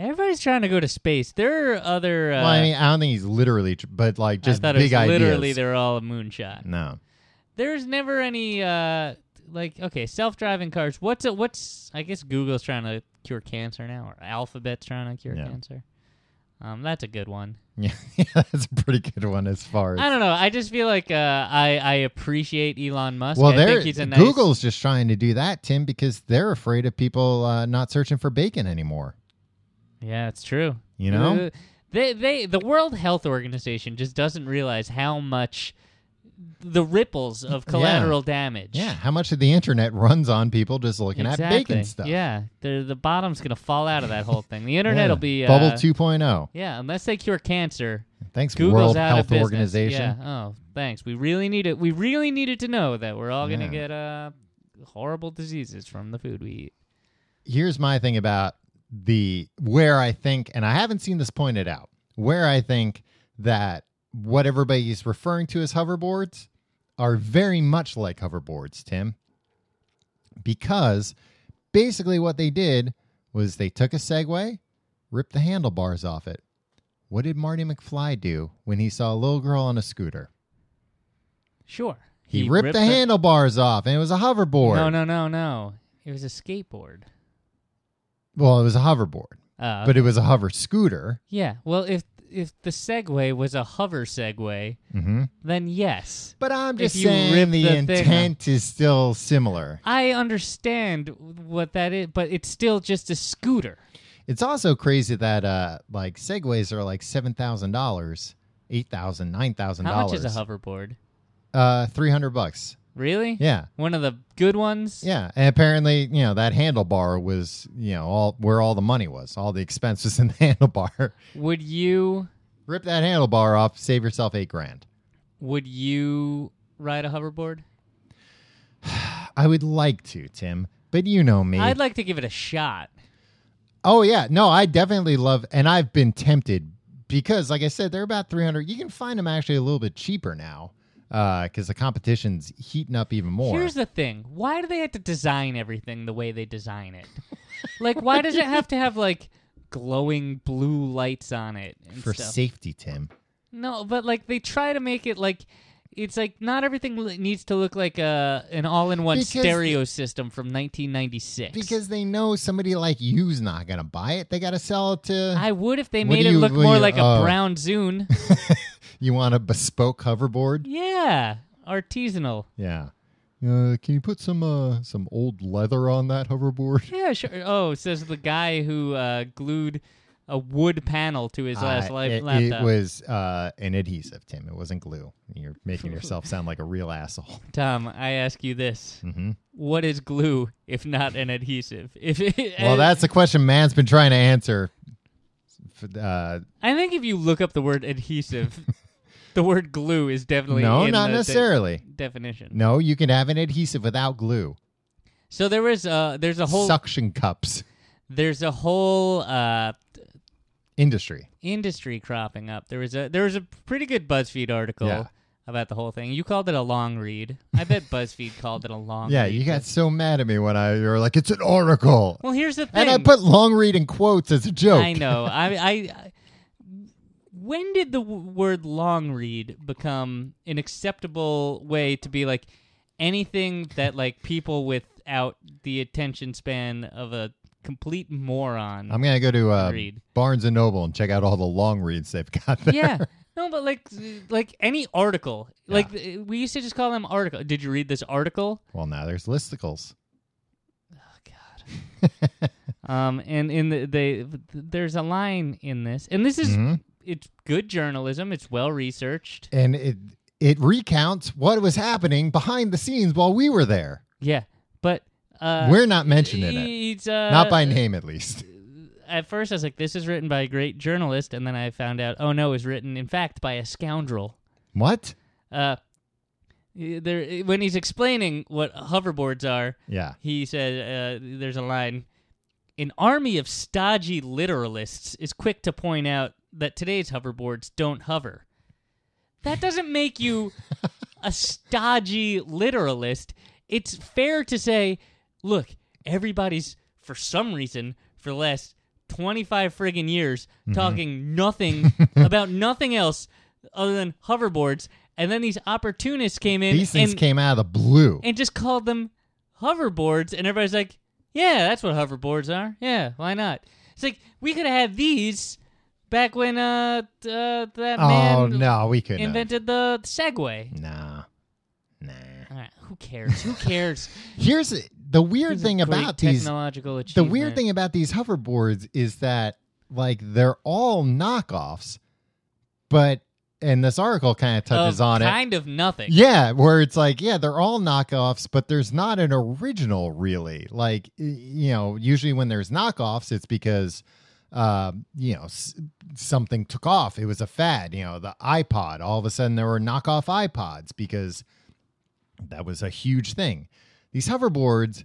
B: Everybody's trying to go to space. There are other. Uh,
A: well i mean i don't think he's literally tr- but like just
B: I thought
A: big
B: it was literally
A: ideas
B: they're all a moonshot.
A: no
B: There's never any uh like okay, self-driving cars. What's it what's I guess Google's trying to cure cancer now or Alphabet's trying to cure
A: Yeah.
B: cancer. Um that's a good one.
A: yeah that's a pretty good one as far as
B: I don't know. I just feel like uh I I appreciate Elon Musk.
A: well
B: I
A: they're
B: think he's a nice
A: google's just trying to do that tim because they're afraid of people uh, not searching for bacon anymore
B: Yeah, it's true.
A: You know?
B: Uh, they they the World Health Organization just doesn't realize how much the ripples of collateral damage.
A: yeah how much of the internet runs on people just looking at
B: Exactly.
A: bacon stuff
B: Yeah, the the bottom's gonna fall out of that whole thing. The internet
A: Yeah.
B: will be uh,
A: bubble 2.0
B: Yeah, unless they cure cancer,
A: thanks
B: Google's
A: world
B: out
A: health
B: of business.
A: organization
B: Yeah. Oh, thanks. We really need it. We really needed to know that we're all
A: Yeah.
B: gonna get uh horrible diseases from the food we eat.
A: here's my thing about the where I think, and I haven't seen this pointed out, where I think that what everybody is referring to as hoverboards are very much like hoverboards, Tim. Because basically what they did was they took a Segway, ripped the handlebars off it. What did Marty McFly do when he saw a little girl on a scooter?
B: Sure.
A: He, ripped, the handlebars off, and it was a hoverboard.
B: No, no, no, no. It was a skateboard.
A: Well, it was a hoverboard,
B: Uh,
A: but it was a hover scooter.
B: yeah. Well, if if the Segway was a hover Segway,
A: hmm
B: then yes.
A: But I'm
B: If
A: just
B: you
A: saying
B: rip
A: the,
B: the thing up.
A: intent is still similar.
B: I understand what that is, but it's still just a scooter.
A: It's also crazy that uh, like Segways are like seven thousand dollars, eight thousand, nine thousand
B: How much
A: dollars.
B: is a hoverboard?
A: Uh, three hundred bucks.
B: Really?
A: Yeah,
B: One of the good ones?
A: yeah. And apparently, you know, that handlebar was, you know, all where all the money was, all the expenses in the handlebar.
B: Would you
A: Rip that handlebar off, save yourself eight grand.
B: would you ride a hoverboard?
A: I would like to, Tim, but you know me.
B: I'd like to give it a shot.
A: Oh yeah, no, I definitely love, and I've been tempted because, like I said, they're about three hundred. You can find them actually a little bit cheaper now because the competition's heating up even more.
B: Here's the thing. Why do they have to design everything the way they design it? like why does it have to have like glowing blue lights on it and
A: for
B: stuff?
A: safety, Tim.
B: No, but like they try to make it like it's like not everything li- needs to look like a an all-in-one
A: Because-
B: stereo system from 1996.
A: Because they know somebody like you's not gonna buy it. They gotta sell it to.
B: I would if they
A: uh, What do
B: made it
A: you-
B: look
A: what do
B: more
A: you-
B: like
A: oh.
B: a brown Zune.
A: you want a bespoke hoverboard?
B: yeah, artisanal.
A: Yeah. Uh, can you put some uh, some old leather on that hoverboard?
B: Yeah, sure. Oh, says the guy who uh, glued a wood panel to his last
A: Uh,
B: li-
A: it, it
B: laptop.
A: was uh, an adhesive, Tim. It wasn't glue. You're making yourself sound like a real asshole.
B: Tom, I ask you this:
A: hmm
B: What is glue if not an adhesive? If it,
A: Well, that's a question man's been trying to answer. F- Uh,
B: I think if you look up the word adhesive, the word glue is definitely
A: no,
B: in
A: not
B: the de-
A: necessarily.
B: definition.
A: No, you can have an adhesive without glue.
B: So there was uh, there's a whole
A: Suction cups
B: there's a whole uh,
A: industry.
B: industry cropping up. There was a there was a pretty good BuzzFeed article
A: Yeah.
B: about the whole thing. You called it a long read. I bet BuzzFeed called it a long.
A: Yeah,
B: read.
A: you got so mad at me when I you were like, "It's an oracle,"
B: Well, here's the
A: and
B: thing.
A: I put long read in quotes as a joke.
B: I know. I, I I when did the w- word long read become an acceptable way to be like anything that like people without the attention span of a complete moron?
A: I'm gonna go to uh,
B: Read.
A: Barnes and Noble and check out all the long reads they've got there.
B: yeah. No, but like like any article. Like th- we used to just call them article. Did you read this article?
A: Well, now there's listicles.
B: Um, and in the they there's a line in this, and this is
A: Mhm.
B: it's good journalism. It's well researched.
A: and it it recounts what was happening behind the scenes while we were there.
B: Yeah, but uh,
A: we're not mentioning it,
B: it's, uh,
A: not by name at least.
B: At first, I was like, "This is written by a great journalist," and then I found out, oh no, it was written in fact by a scoundrel.
A: What?
B: Uh, there when he's explaining what hoverboards are,
A: Yeah.
B: he said, uh, "There's a line." An army of stodgy literalists is quick to point out that today's hoverboards don't hover. That doesn't make you a stodgy literalist. It's fair to say, look, everybody's for some reason for the last 25 friggin' years
A: Mm-hmm.
B: talking nothing about nothing else other than hoverboards and then these opportunists came in
A: These things
B: and
A: came out of the blue.
B: and just called them hoverboards, and everybody's like, "Yeah, that's what hoverboards are. Yeah, why not?" It's like we could have had these back when uh, t- uh that
A: oh
B: man
A: no, we couldn't. have.
B: invented the Segway.
A: nah. Nah.
B: All right, who cares? Who cares?
A: Here's the weird
B: This is
A: thing
B: great
A: about these
B: technological these,
A: the weird thing about these hoverboards is that like they're all knockoffs, but and this article kind of touches on it.
B: kind of nothing.
A: Yeah, where it's like, yeah, they're all knockoffs, but there's not an original really. Like, y- you know, usually when there's knockoffs, it's because, uh, you know, s- something took off. It was a fad. You know, the iPod. All of a sudden, there were knockoff iPods because that was a huge thing. These hoverboards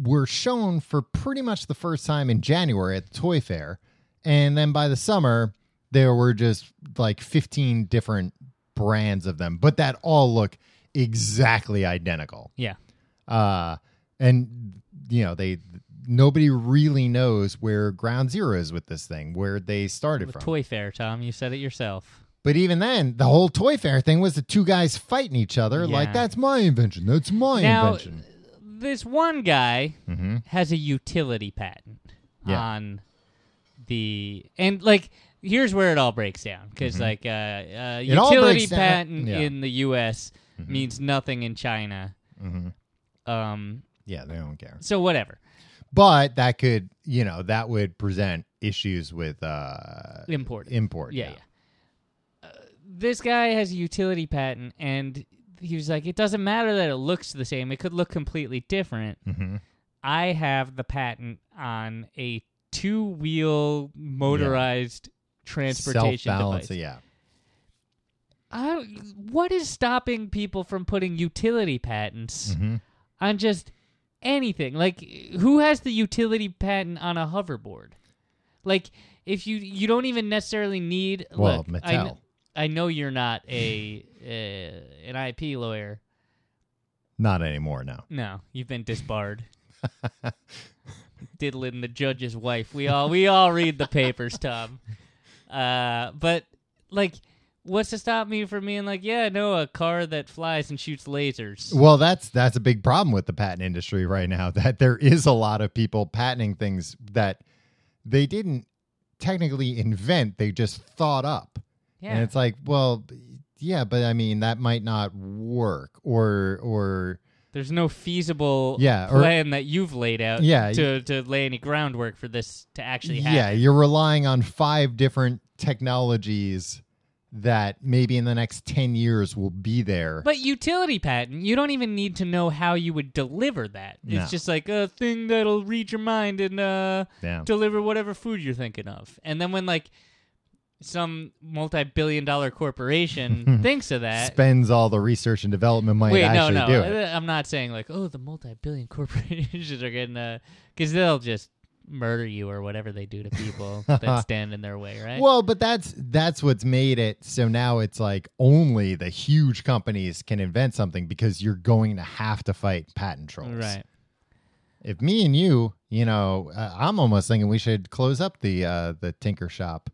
A: were shown for pretty much the first time in January at the toy fair. And then by the summer, there were just like 15 different brands of them, but that all look exactly identical.
B: Yeah.
A: Uh, and, you know, they nobody really knows where ground zero is with this thing, where they started
B: With
A: from.
B: Toy Fair, Tom. You said it yourself.
A: but even then, the whole toy fair thing was the two guys fighting each other, like
B: Yeah.
A: that's my invention, that's my
B: now,
A: invention.
B: this one guy
A: Mhm.
B: has a utility patent
A: Yeah.
B: on the and like here's where it all breaks down because like uh, uh,
A: Mm-hmm. all
B: utility
A: breaks down-
B: patent
A: yeah. Mm-hmm.
B: in the U.S. means nothing in China. Um,
A: Yeah, they don't care.
B: so whatever.
A: But that could, you know, that would present issues with uh
B: Import.
A: import.
B: yeah, yeah. Uh, this guy has a utility patent, and he was like, "It doesn't matter that it looks the same; it could look completely different."
A: Mhm.
B: I have the patent on a two-wheel motorized transportation
A: Self-balance,
B: device.
A: yeah.
B: I, what is stopping people from putting utility patents
A: Mhm.
B: on just anything? Like, who has the utility patent on a hoverboard? Like, if you you don't even necessarily need
A: Well,
B: look, I,
A: Mattel.
B: kn- I know you're not a uh, an IP lawyer.
A: Not anymore now.
B: No, you've been disbarred. Diddling the judge's wife. We all we all read the papers, Tom. Uh, but like, what's to stop me from being like, yeah, no, a car that flies and shoots lasers.
A: Well, that's that's a big problem with the patent industry right now. That there is a lot of people patenting things that they didn't technically invent; they just thought up. And
B: Yeah,
A: it's like, well, yeah, but I mean, that might not work, or or
B: there's no feasible
A: Yeah, or-
B: plan that you've laid out
A: Yeah,
B: to to lay any groundwork for this to actually happen.
A: yeah, you're relying on five different technologies that maybe in the next ten years will be there.
B: But utility patent, you don't even need to know how you would deliver that.
A: No.
B: It's just like a thing that'll read your mind and uh,
A: Yeah.
B: deliver whatever food you're thinking of. And then when like some multi-billion-dollar corporation thinks of that,
A: spends all the research and development money to
B: wait, no,
A: actually
B: no,
A: do it.
B: I- I'm not saying like oh the multi-billion corporations are gonna because they'll just murder you or whatever they do to people that stand in their way, right?
A: Well, but that's that's what's made it so now it's like only the huge companies can invent something because you're going to have to fight patent trolls.
B: right.
A: If me and you, you know, uh, I'm almost thinking we should close up the uh, the Tinker Shop.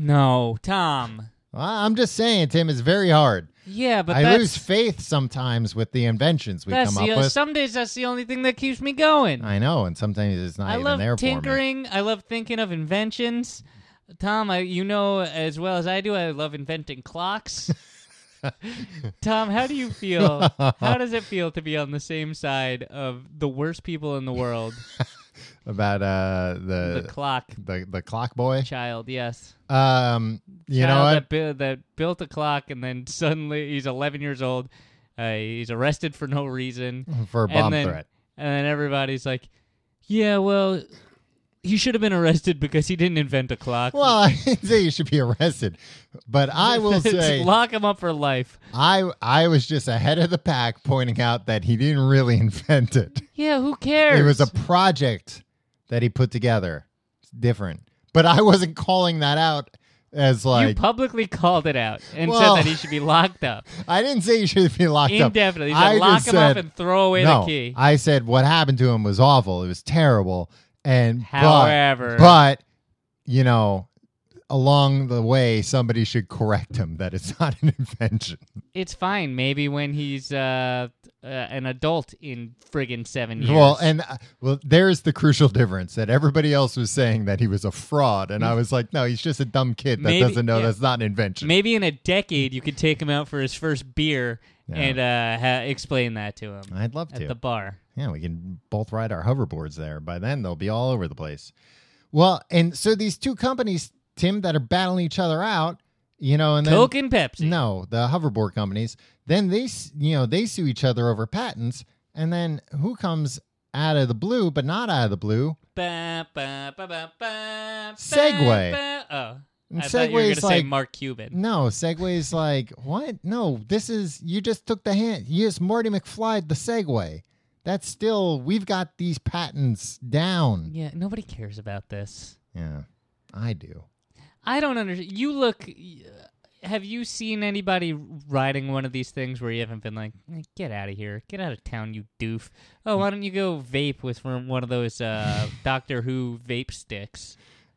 B: No, Tom.
A: I- I'm just saying, Tim, it's very hard.
B: Yeah, but
A: I
B: that's
A: lose faith sometimes with the inventions we
B: that's
A: come
B: the,
A: up with.
B: some days that's the only thing that keeps me going.
A: I know, and sometimes it's not
B: I
A: even
B: love
A: there for me.
B: tinkering. I love thinking of inventions. Tom, I, you know as well as I do, I love inventing clocks. Tom, how do you feel? How does it feel to be on the same side of the worst people in the world,
A: About uh,
B: the
A: the
B: clock
A: the, the clock boy.
B: child? Yes,
A: Um, you
B: Child
A: know what?
B: that, bu- that built a clock and then suddenly he's 11 years old. Uh, he's arrested for no reason.
A: For a bomb
B: and then,
A: threat.
B: And then everybody's like, "Yeah, well, he should have been arrested because he didn't invent a clock."
A: Well, I didn't say you should be arrested, but I will
B: Just
A: say
B: lock him up for life.
A: I I was just ahead of the pack, pointing out that he didn't really invent it.
B: Yeah, who cares?
A: It was a project that he put together. It's different, but I wasn't calling that out as
B: you
A: like
B: publicly called it out and
A: Well-
B: said that he should be locked up
A: I didn't say you should be locked up
B: indefinitely. You
A: I
B: should lock
A: just
B: him up
A: said-
B: and throw away
A: no,
B: the key.
A: I said what happened to him was awful. It was terrible, and but-
B: However,
A: but you know. Along the way, somebody should correct him that it's not an invention.
B: it's fine. Maybe when he's uh, uh, an adult in friggin' seven years.
A: Well, and uh, well, there's the crucial difference that everybody else was saying that he was a fraud, and I was like, no, he's just a dumb kid that
B: Mm. Maybe-
A: doesn't know
B: yeah.
A: that's not an invention.
B: maybe in a decade you could take him out for his first beer
A: Yeah.
B: and uh, ha- explain that to him
A: I'd love
B: at
A: to.
B: the bar.
A: yeah, we can both ride our hoverboards there. By then, they'll be all over the place. Well, and so these two companies, Tim, that are battling each other out, you know, and then
B: Coke and Pepsi.
A: no, the hoverboard companies, then they, s- you know, they sue each other over patents, and then who comes out of the blue, but not out of the blue?
B: Ba, ba, ba, ba, ba,
A: Segway.
B: ba, ba. Oh.
A: And
B: I thought you
A: Segway
B: were going
A: is
B: to say
A: like-
B: Mark Cuban.
A: No, Segway's like, what? No, this is, you just took the hand. You just Marty McFly the Segway. That's still, we've got these patents down.
B: Yeah, nobody cares about this.
A: Yeah, I do.
B: I don't understand. You look. y- have you seen anybody riding one of these things where you haven't been like, "Eh, get out of here, get out of town, you doof? Oh, why don't you go vape with from one of those uh, Doctor Who vape sticks?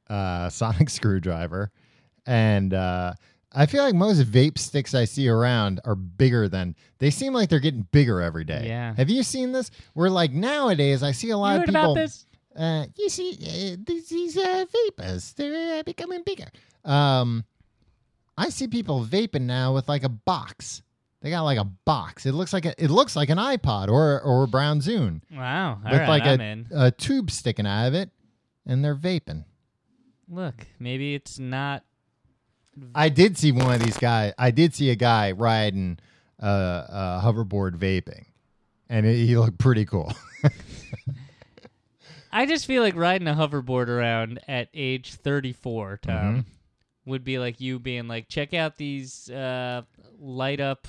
A: uh, sonic screwdriver, and uh, I feel like most vape sticks I see around are bigger than they seem like they're getting bigger every day.
B: Yeah.
A: Have you seen this? Where like nowadays I see a lot
B: you
A: of
B: heard
A: people.
B: about this?
A: Uh, you see uh, these, these uh, vapors they're uh, becoming bigger. Um, I see people vaping now with like a box. They got like a box. It looks like a, it looks like an iPod or or a Brown Zune
B: Wow, all
A: with
B: right,
A: like
B: I'm
A: a,
B: in.
A: a tube sticking out of it, and they're vaping.
B: Look, maybe it's not.
A: I did see one of these guys. I did see a guy riding uh, a hoverboard vaping, and it, he looked pretty cool.
B: I just feel like riding a hoverboard around at age 34, Tom, would be like you being like, check out these uh, light up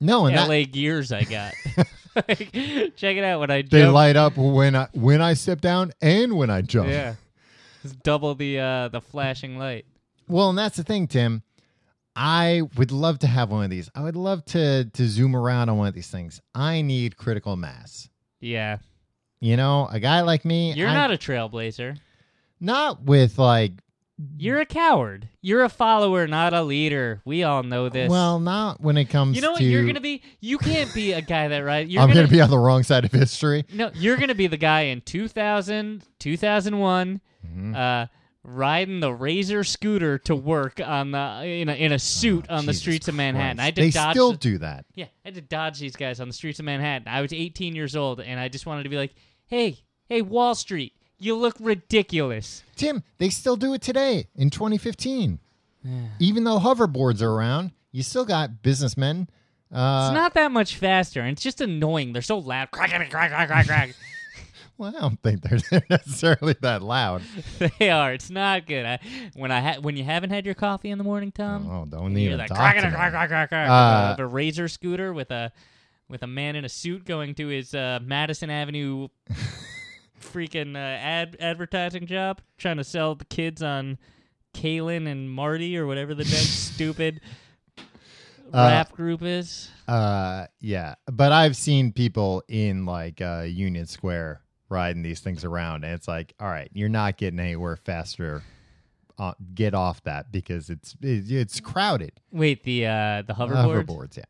A: no, and
B: LA
A: that,
B: gears I got. Like, check it out when I
A: they
B: jump.
A: light up when I when I step down and when I jump.
B: Yeah. It's double the uh the flashing light.
A: Well, and that's the thing, Tim. I would love to have one of these. I would love to to zoom around on one of these things. I need critical mass.
B: Yeah.
A: You know, a guy like me,
B: You're
A: I'm
B: not a trailblazer.
A: not with like
B: You're a coward. You're a follower, not a leader. We all know this.
A: well, not when it comes.
B: you know what?
A: to,
B: You're gonna be. You can't be a guy that right. You're
A: I'm gonna be on the wrong side of history.
B: No, you're gonna be the guy in 2000, 2001,
A: Mhm.
B: uh, riding the razor scooter to work on the in a, in a suit on the
A: Oh, Jesus
B: streets of Manhattan. I
A: Christ.
B: had to
A: they
B: dodge
A: still
B: the-
A: do that.
B: Yeah, I had to dodge these guys on the streets of Manhattan. I was 18 years old, and I just wanted to be like, "Hey, hey, Wall Street, you look ridiculous."
A: Tim, they still do it today in 2015. Even though hoverboards are around, you still got businessmen.
B: It's
A: Uh,
B: not that much faster, and it's just annoying. They're so loud. Crack, crack, crack, crack, crack, crack.
A: well, I don't think they're necessarily that loud.
B: they are. It's not good. I, when I ha- when you haven't had your coffee in the morning, Tom,
A: Oh, don't
B: you hear
A: even
B: that
A: talk
B: crack,
A: to
B: crack,
A: me.
B: crack, crack, crack, crack
A: Uh,
B: of a razor scooter with a with a man in a suit going to his uh, Madison Avenue freaking uh, ad advertising job, trying to sell the kids on Kalen and Marty or whatever the next stupid rap group is.
A: Uh, yeah, but I've seen people in like uh, Union Square riding these things around, and it's like, all right, you're not getting anywhere faster. Uh, get off that because it's it, it's crowded.
B: Wait, the uh, the hoverboard.
A: Hoverboards, yeah.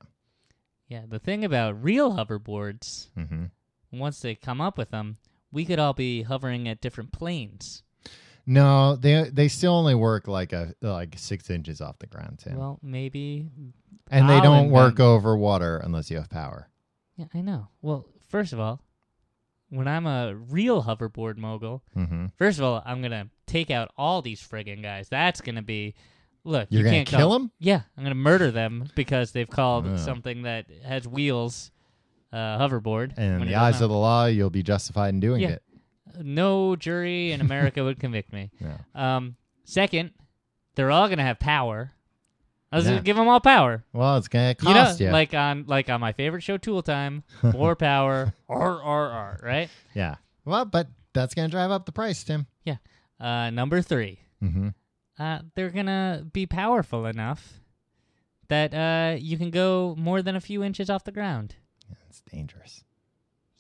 B: Yeah, the thing about real hoverboards,
A: hmm
B: once they come up with them, we could all be hovering at different planes.
A: No, they they still only work like a like six inches off the ground, Tim,
B: Well, maybe
A: and they
B: I'll
A: don't work
B: invent-
A: over water unless you have power.
B: Yeah, I know. Well, first of all, when I'm a real hoverboard mogul,
A: hmm
B: first of all, I'm gonna take out all these friggin' guys. That's gonna be, look,
A: You're
B: you
A: gonna
B: can't
A: kill
B: call-
A: them.
B: Yeah, I'm gonna murder them because they've called
A: Yeah.
B: something that has wheels, uh, hoverboard.
A: And in
B: when it
A: the
B: does
A: eyes of the law, you'll be justified in doing
B: Yeah.
A: it.
B: not. no jury in America would convict me.
A: Yeah.
B: Um, second, they're all gonna have power. I was
A: Yeah.
B: gonna give them all power.
A: Well, it's gonna cost
B: you
A: you.
B: know, like on like on my favorite show, Tool Time, more power, R R R, right?
A: yeah. Well, but that's gonna drive up the price, Tim.
B: Yeah. Uh, number three,
A: Mm-hmm.
B: uh, they're gonna be powerful enough that uh, you can go more than a few inches off the ground.
A: It's dangerous.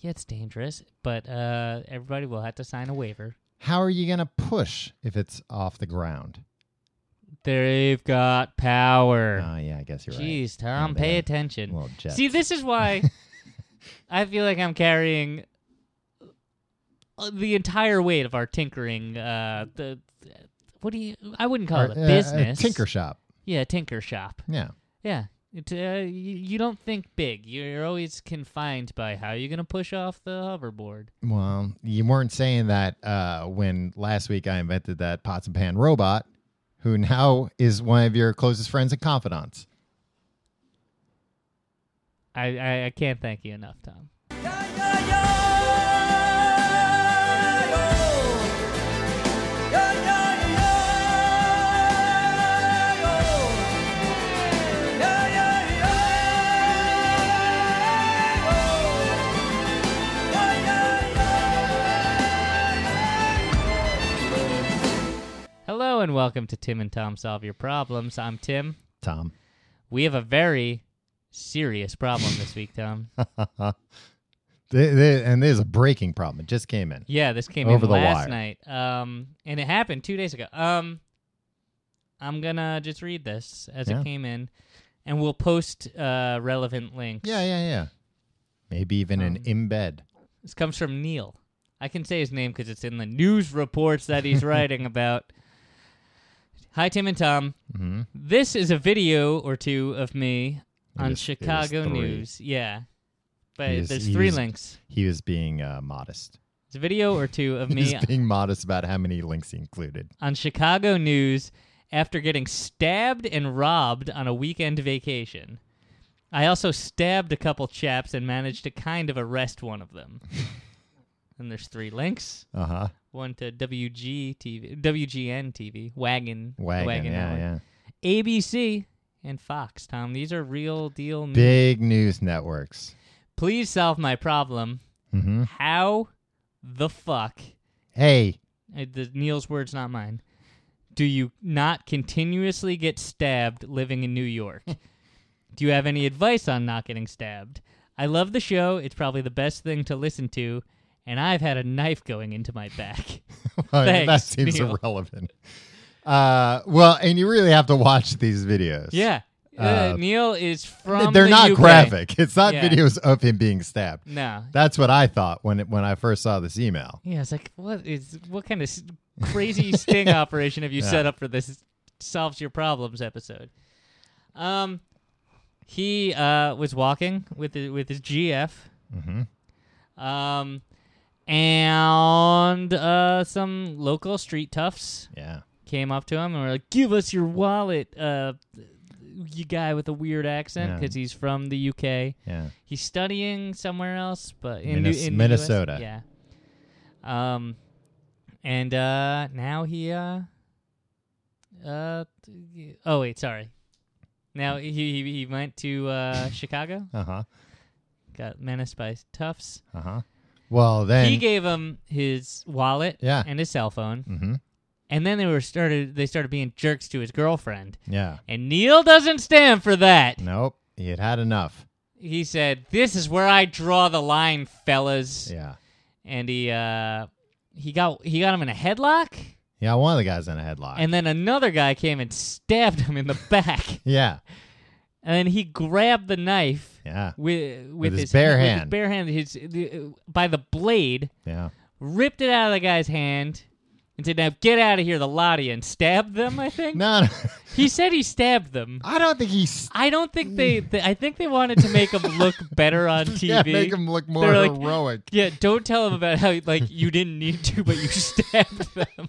B: Yeah, it's dangerous, but uh, everybody will have to sign a waiver.
A: How are you gonna push if it's off the ground?
B: They've got power.
A: Oh yeah, I guess you're right. uh,
B: Jeez, Tom,
A: Yeah, they
B: pay
A: are.
B: attention.
A: Little jet.
B: See, this is why I feel like I'm carrying uh, the entire weight of our tinkering. Uh, the what do you? I wouldn't call
A: Or,
B: it a
A: uh, uh,
B: business.
A: tinker shop.
B: Yeah, tinker shop.
A: Yeah.
B: Yeah. It, uh, you, you don't think big. You're always confined by how you're gonna push off the hoverboard.
A: Well, you weren't saying that uh, when last week I invented that pots and pan robot, who now is one of your closest friends and confidants.
B: I, I, I can't thank you enough, Tom. Hello and welcome to Tim and Tom Solve Your Problems. I'm Tim.
A: Tom,
B: We have a very serious problem this week, Tom.
A: They- they- and there's a breaking problem. It just came in.
B: Yeah, this came
A: Over
B: in
A: the wire.
B: last night. Um, and it happened two days ago. Um, I'm gonna just read this as
A: Yeah.
B: it came in, and we'll post uh, relevant links.
A: Yeah, yeah, yeah. Maybe even
B: Um,
A: an embed.
B: This comes from Neil. I can say his name because it's in the news reports that he's writing about. Hi, Tim and Tom.
A: hmm
B: This is a video or two of me
A: It is- it
B: on
A: is
B: Chicago
A: three.
B: News. Yeah. But
A: It is-
B: there's
A: he
B: three
A: is-
B: links.
A: He was being uh, modest.
B: It's a video or two of
A: He's
B: me uh,
A: being modest about how many links he included.
B: on Chicago News after getting stabbed and robbed on a weekend vacation. I also stabbed a couple chaps and managed to kind of arrest one of them. and there's three links.
A: Uh huh.
B: One to WG TV, WGN TV, Wagon,
A: Wagon. yeah,
B: Hour,
A: yeah.
B: ABC, and Fox. Tom, these are real deal. News.
A: Big news networks.
B: Please solve my problem.
A: hmm
B: How the fuck?
A: Hey,
B: Uh, the Neil's words, not mine. Do you not continuously get stabbed living in New York? Do you have any advice on not getting stabbed? I love the show. It's probably the best thing to listen to, and I've had a knife going into my back.
A: that
B: Thanks,
A: seems
B: Neil.
A: irrelevant. Uh, well, and you really have to watch these videos.
B: yeah. Uh,
A: Uh,
B: Neil is
A: Th-
B: from
A: they're
B: the
A: not
B: UK.
A: graphic. It's not
B: Yeah.
A: videos of him being stabbed.
B: No.
A: That's what I thought when it, when I first saw this email.
B: Yeah, it's like what is what kind of s- crazy sting operation have you set up for this solves your problems episode? Um, he uh was walking with his, with his GF,
A: hmm
B: um, and uh some local street toughs
A: Yeah.
B: came up to him and were like, "Give us your wallet, uh, you guy with a weird accent,
A: Yeah.
B: because he's from the UK."
A: Yeah.
B: He's studying somewhere else, but in,
A: Minnes-
B: in the US.
A: Minnesota.
B: Yeah. Um, and uh, now he uh, uh, th- oh wait, sorry. Now he he, he went to uh, Chicago,
A: Uh huh.
B: got menaced by Tufts.
A: Uh huh. Well, then.
B: he gave him his wallet
A: Yeah.
B: and his cell phone,
A: hmm
B: and then they were started they started being jerks to his girlfriend.
A: Yeah.
B: And Neil doesn't stand for that.
A: Nope. He had had enough.
B: He said, "This is where I draw the line, fellas."
A: Yeah.
B: and he uh he got he got him in a headlock
A: Yeah. One of the guys in a headlock.
B: and then another guy came and stabbed him in the back
A: yeah.
B: and then he grabbed the knife
A: Yeah.
B: with with,
A: his bare
B: with
A: hand.
B: bare hand his the, by the blade
A: Yeah.
B: ripped it out of the guy's hand and said now get out of here the lot of you," and stabbed them I think
A: No, no.
B: he said he stabbed them
A: I don't think he's.
B: I don't think they, they I think they wanted to make him look better on TV
A: Yeah, make him look more
B: They're like-
A: heroic.
B: yeah, don't tell him about how like you didn't need to, but you stabbed them.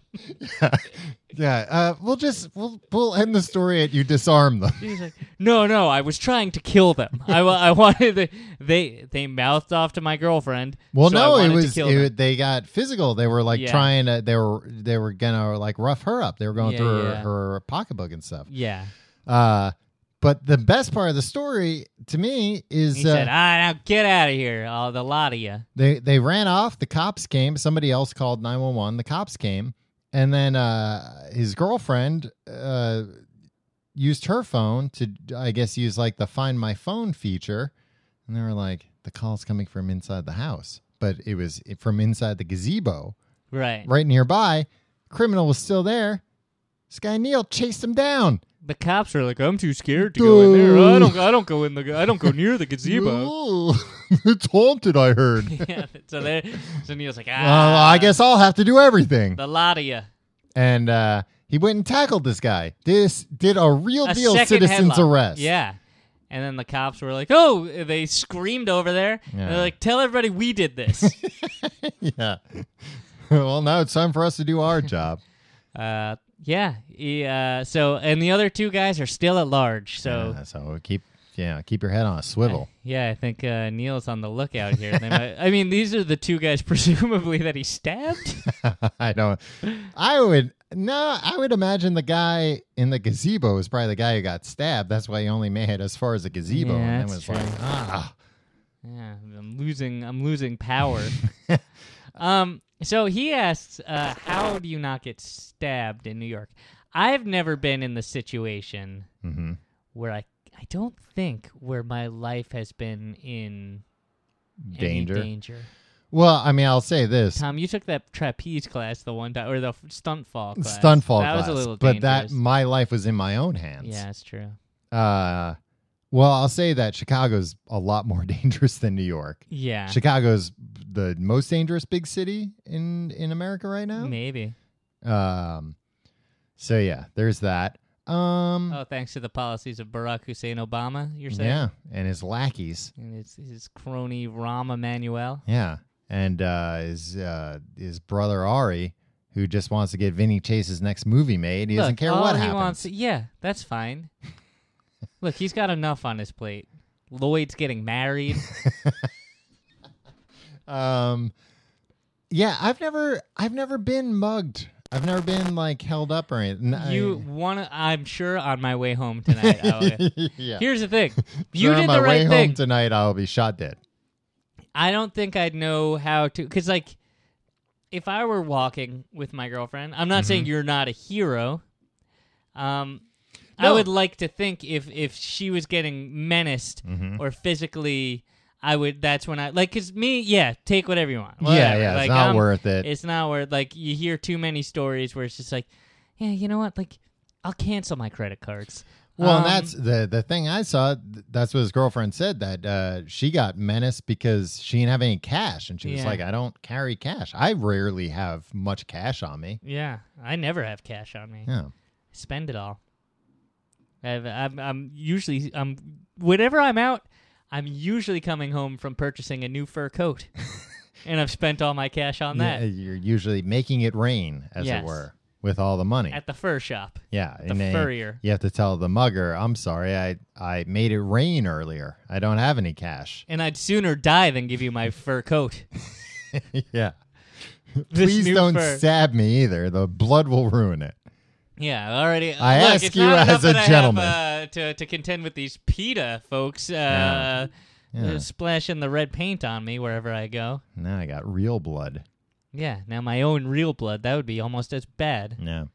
A: yeah. Uh, we'll just we'll we'll end the story at you disarm them.
B: He's like, no, no, I was trying to kill them. I, wa- I wanted the, they they mouthed off to my girlfriend.
A: Well,
B: so I
A: no, it
B: wanted to
A: was
B: kill
A: it,
B: them.
A: was- they got physical. They were like
B: Yeah.
A: trying to. They were they were gonna like rough her up. They were going
B: Yeah,
A: through
B: yeah.
A: Her, her pocketbook and stuff.
B: yeah.
A: Uh, but the best part of the story to me is
B: He
A: uh,
B: said, "All right, now get out of here, all the lot of you."
A: they they ran off. The cops came. Somebody else called nine one one. The cops came, and then uh, his girlfriend uh, used her phone to, I guess, use like the find my phone feature, and they were like, the call's coming from inside the house, but it was from inside the gazebo
B: Right.
A: right nearby. Criminal was still there. This guy Neil chased him down.
B: The cops were like, "I'm too scared to go in there. I don't. I don't go in the. I don't go near the gazebo."
A: Ooh, it's haunted, I heard.
B: yeah. So there. So Neil's like, "Ah,
A: Uh, well, I guess I'll have to do everything.
B: the lot of you."
A: and uh, he went and tackled this guy. This did a real
B: A
A: deal
B: second
A: citizen's
B: headlock.
A: arrest.
B: Yeah. And then the cops were like, "Oh!" They screamed over there.
A: Yeah.
B: They're like, "Tell everybody we did this."
A: yeah. well, now it's time for us to do our job.
B: Uh, yeah. He, uh, so, and the other two guys are still at large. So,
A: Yeah, so keep yeah, keep your head on a swivel.
B: yeah, I think uh, Neil's on the lookout here. They might- I mean, these are the two guys, presumably, that he stabbed.
A: I don't. I would no. I would imagine the guy in the gazebo is probably the guy who got stabbed. That's why he only made it as far as the gazebo,
B: Yeah,
A: and then was
B: that's
A: like,
B: true.
A: ah,
B: yeah, I'm losing. I'm losing power. um. So he asks, uh, "How do you not get stabbed in New York?" I've never been in the situation
A: hmm
B: where I I don't think where my life has been in any
A: Danger.
B: danger.
A: Well, I mean, I'll say this:
B: Tom, you took that trapeze class the one time, or the f- stunt fall class.
A: stunt fall
B: That
A: class,
B: was a little
A: but that
B: dangerous.
A: my life was in my own hands.
B: yeah, that's true.
A: Uh, well, I'll say that Chicago's a lot more dangerous than New York.
B: Yeah,
A: Chicago's the most dangerous big city in in America right now.
B: maybe.
A: Um, so yeah, there's that. Um,
B: Oh, thanks to the policies of Barack Hussein Obama, you're saying?
A: yeah, and his lackeys.
B: And his, his crony Rahm Emanuel.
A: Yeah, and uh, his uh, his brother Ari, who just wants to get Vinny Chase's next movie made. He doesn't
B: Look,
A: care
B: all
A: what
B: he
A: happens.
B: Wants, yeah, that's fine. Look, he's got enough on his plate. Lloyd's getting married.
A: Um, yeah, I've never I've never been mugged. I've never been like held up or anything. N- I-
B: you want to? I'm sure on my way home tonight. I'll-
A: yeah.
B: Here's the thing.
A: So
B: You
A: on
B: did
A: my
B: the right
A: way
B: thing.
A: home tonight. I'll be shot dead.
B: I don't think I'd know how to because like if I were walking with my girlfriend, I'm not
A: Mm-hmm.
B: saying you're not a hero. Um, I
A: No.
B: would like to think if if she was getting menaced
A: Mm-hmm.
B: or physically, I would. That's when I like because me, yeah, take whatever you want.
A: yeah,
B: whatever.
A: yeah,
B: Like, um,
A: it's not
B: I'm-
A: worth it.
B: It's not worth. Like you hear too many stories where it's just like, yeah, you know what? Like I'll cancel my credit cards.
A: Well,
B: Um,
A: and that's the the thing I saw. th- That's what his girlfriend said that uh, she got menaced because she didn't have any cash, and she was
B: Yeah.
A: like, "I don't carry cash. I rarely have much cash on me."
B: yeah. I never have cash on me.
A: Yeah,
B: spend it all. I've, I'm, I'm usually I'm whenever I'm out, I'm usually coming home from purchasing a new fur coat, and I've spent all my cash on that
A: Yeah, you're usually making it rain, as
B: Yes.
A: it were, with all the money.
B: at the fur shop.
A: yeah,
B: The
A: and then
B: furrier.
A: You have to tell the mugger, "I'm sorry, I I made it rain earlier. I don't have any cash."
B: And I'd sooner die than give you my fur coat.
A: yeah,
B: This
A: please
B: new
A: don't
B: fur.
A: stab me either. The blood will ruin it.
B: Yeah, I already.
A: I
B: look,
A: ask
B: it's
A: you
B: not
A: as a
B: enough that I have,
A: gentleman.
B: uh, to to contend with these PETA folks uh,
A: Yeah.
B: splashing the red paint on me wherever I go.
A: Now I got real blood.
B: Yeah, now my own real blood that would be almost as bad.
A: Yeah.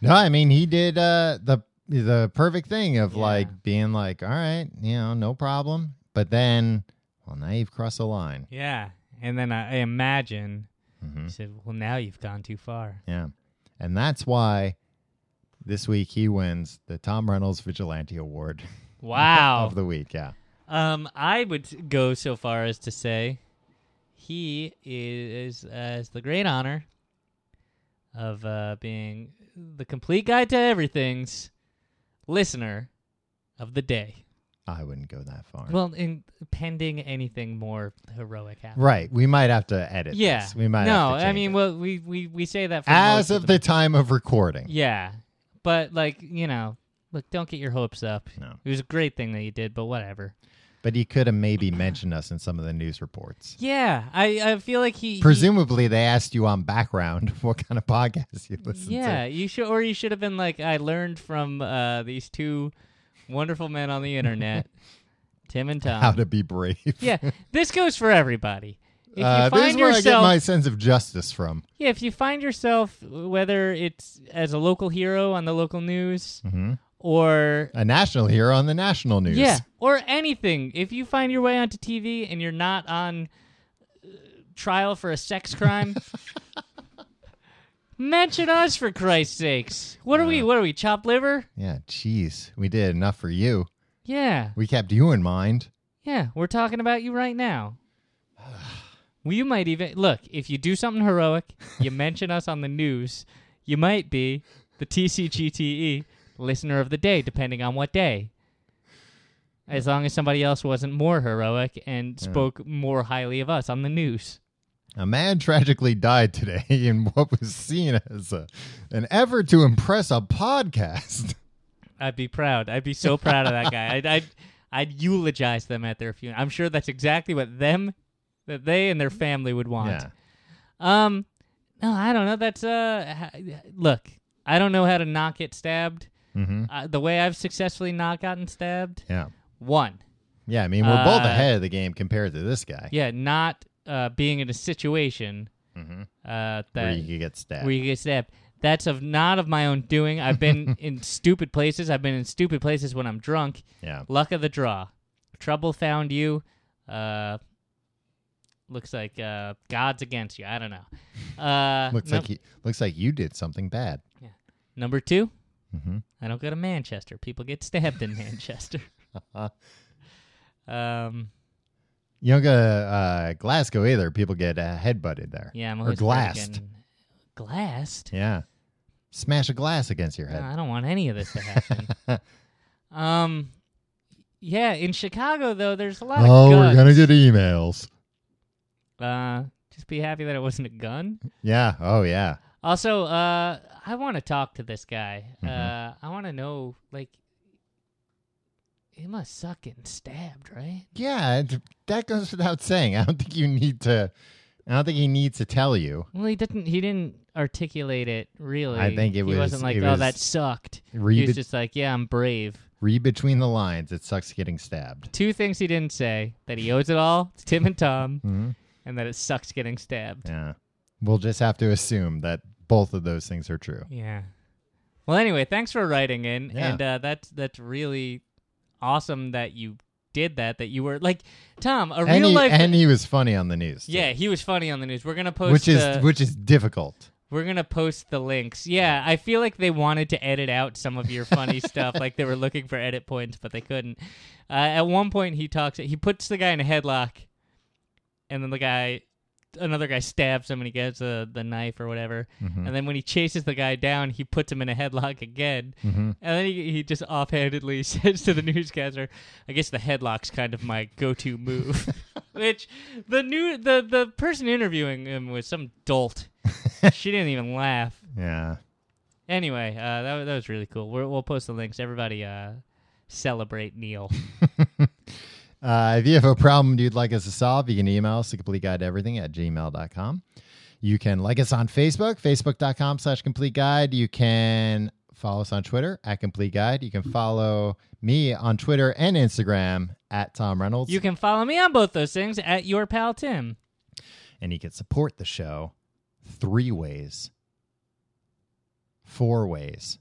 A: No, I mean he did uh the the perfect thing of
B: Yeah.
A: like being like, all right, you know, no problem. But then, well, now you've crossed the line.
B: Yeah. And then I I imagine
A: Mhm.
B: he said, Well, now you've gone too far.
A: Yeah, and that's why this week he wins the Tom Reynolds Vigilante Award
B: Wow.
A: of the week. Yeah,
B: um, I would go so far as to say he is has the great honor of uh, being the complete guide to everything's listener of the day.
A: I wouldn't go that far.
B: Well, in pending anything more heroic happens.
A: right, we might have to edit.
B: Yeah.
A: this. we might.
B: No,
A: have to
B: I
A: change
B: mean,
A: it.
B: well, we, we, we say that for
A: as
B: most
A: of the time of recording.
B: Yeah. But like, you know, look, don't get your hopes up.
A: No.
B: It was a great thing that you did, but whatever.
A: But he could have maybe mentioned us in some of the news reports.
B: Yeah. I, I feel like he he-
A: Presumably, they asked you on background what kind of podcast you listen to.
B: Yeah, you should or you should have been like, I learned from uh, these two wonderful men on the internet, Tim and Tom.
A: how to be brave.
B: yeah. This goes for everybody. If you
A: Uh, this is
B: find
A: where I get
B: yourself
A: my sense of justice from.
B: Yeah, if you find yourself whether it's as a local hero on the local news
A: Mm-hmm.
B: or
A: A national hero on the national news.
B: Yeah, or anything. If you find your way onto TV and you're not on uh, trial for a sex crime, mention us for Christ's sakes. What are we? What are we? Chopped liver?
A: Yeah, jeez. We did enough for you.
B: Yeah,
A: We kept you in mind.
B: yeah. We're talking about you right now. Well, you might even look if you do something heroic. You mention us on the news. You might be the TCGTE E listener of the day, depending on what day. As long as somebody else wasn't more heroic and spoke more highly of us on the news.
A: A man tragically died today in what was seen as a, an effort to impress a podcast.
B: I'd be proud. I'd be so proud of that guy. I'd, I'd, I'd eulogize them at their funeral. I'm sure that's exactly what them, that they and their family would want.
A: Yeah.
B: Um, no, I don't know. That's uh, h- look, I don't know how to not get stabbed.
A: Mhm.
B: Uh, the way I've successfully not gotten stabbed,
A: Yeah.
B: one,
A: Yeah, I mean, we're both
B: Uh,
A: ahead of the game compared to this guy
B: yeah, not uh being in a situation uh that
A: Mm-hmm. where you could get stabbed.
B: where you get stabbed. That's of not of my own doing. I've been in stupid places. I've been in stupid places when I'm drunk.
A: Yeah.
B: Luck of the draw. Trouble found you. Uh, looks like uh, God's against you. I don't know. Uh,
A: Looks
B: num-
A: like you, looks like you did something bad.
B: number two.
A: hmm
B: I don't go to Manchester. People get stabbed in Manchester.
A: Uh-huh.
B: um,
A: You don't go to uh, Glasgow either. People get uh, headbutted there.
B: yeah, I'm
A: Or
B: always
A: glassed.
B: freaking- Glassed.
A: Yeah. Smash a glass against your
B: No,
A: head.
B: I don't want any of this to happen. um, yeah, in Chicago though, there's a lot of
A: oh, we're
B: guns.
A: gonna get emails.
B: Uh, just be happy that it wasn't a gun.
A: Yeah. Oh, yeah.
B: Also, uh, I want to talk to this guy.
A: Mhm.
B: Uh, I want to know, like, he must suck getting stabbed, right?
A: Yeah. it- That goes without saying. I don't think you need to. I don't think he needs to tell you.
B: Well, he didn't. He didn't articulate it really.
A: I think it
B: he
A: was-
B: wasn't like,
A: it
B: "Oh,
A: was-
B: that sucked." He
A: Read
B: was
A: it,
B: just like, "Yeah, I'm brave."
A: read between the lines. It sucks getting stabbed.
B: Two things he didn't say: that he owes it all to Tim and Tom,
A: hmm
B: and that it sucks getting stabbed.
A: Yeah. We'll just have to assume that both of those things are true.
B: Yeah. Well, anyway, thanks for writing in,
A: Yeah.
B: and uh, that's that's really awesome that you did that. That you were like Tom, a
A: And
B: real
A: he,
B: life.
A: and he was funny on the news. too,
B: yeah, uh, he was funny on the news. We're gonna post
A: Which is
B: the,
A: which is difficult.
B: we're gonna post the links. Yeah, I feel like they wanted to edit out some of your funny stuff. Like they were looking for edit points, but they couldn't. Uh, at one point, he talks. He puts the guy in a headlock, and then the guy, another guy, stabs him, and he gets uh, the knife or whatever.
A: Mhm.
B: And then when he chases the guy down, he puts him in a headlock again.
A: Mhm.
B: And then he, he just offhandedly says to the newscaster, "I guess the headlock's kind of my go-to move." Which the new the the person interviewing him was some dolt. she didn't even laugh.
A: Yeah.
B: Anyway, uh, that wa- that was really cool. We're, we'll post the links. Everybody, uh, celebrate Neil.
A: Uh, if you have a problem you'd like us to solve, you can email us at complete guide to everything at gmail.com. You can like us on Facebook, facebook.com slash complete guide. You can follow us on Twitter at complete guide. You can follow me on Twitter and Instagram at Tom Reynolds.
B: You can follow me on both those things at your pal Tim.
A: and you can support the show three ways, four ways.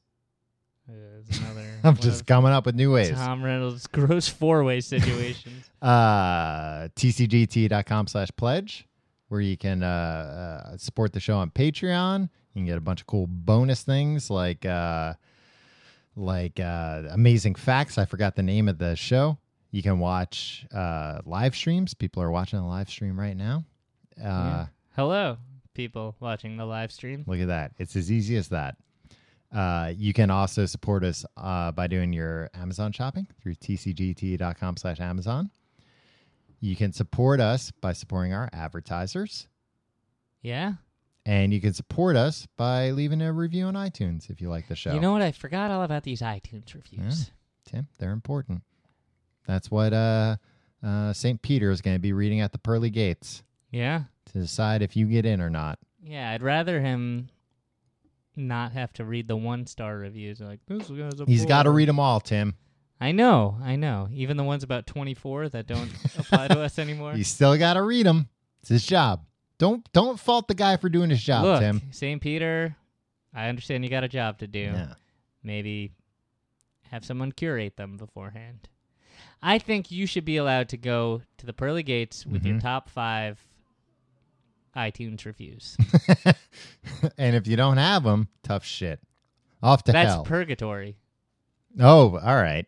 B: Uh, there's another.
A: I'm
B: one
A: just
B: of
A: coming up with new ways.
B: Tom Reynolds' gross four-way situations.
A: uh, tcgt.com slash pledge where you can uh, uh, support the show on patreon you can get a bunch of cool bonus things like uh, like uh, amazing facts i forgot the name of the show you can watch uh, live streams people are watching a live stream right now uh,
B: Yeah. Hello, people watching the live stream.
A: Look at that. It's as easy as that. Uh, you can also support us uh, by doing your Amazon shopping through tcgt.com E slash Amazon. You can support us by supporting our advertisers.
B: Yeah.
A: And you can support us by leaving a review on iTunes if you like the show.
B: You know what? I forgot all about these iTunes reviews.
A: Tim, they're important. That's what uh, uh, St. Peter is going to be reading at the pearly gates
B: Yeah.
A: to decide if you get in or not.
B: yeah. I'd rather him not have to read the one star reviews. Like this guy's a.
A: He's got to
B: bore."
A: read them all, Tim.
B: I know. I know. Even the ones about twenty four that don't apply to us anymore.
A: You still got to read them. It's his job. Don't don't fault the guy for doing his job,
B: Look,
A: Tim.
B: St. Peter. I understand you got a job to do.
A: Yeah.
B: Maybe have someone curate them beforehand. I think you should be allowed to go to the pearly gates with your
A: Mhm.
B: top five iTunes reviews.
A: and if you don't have them, tough shit. Off to
B: That's
A: hell.
B: purgatory.
A: oh, all right.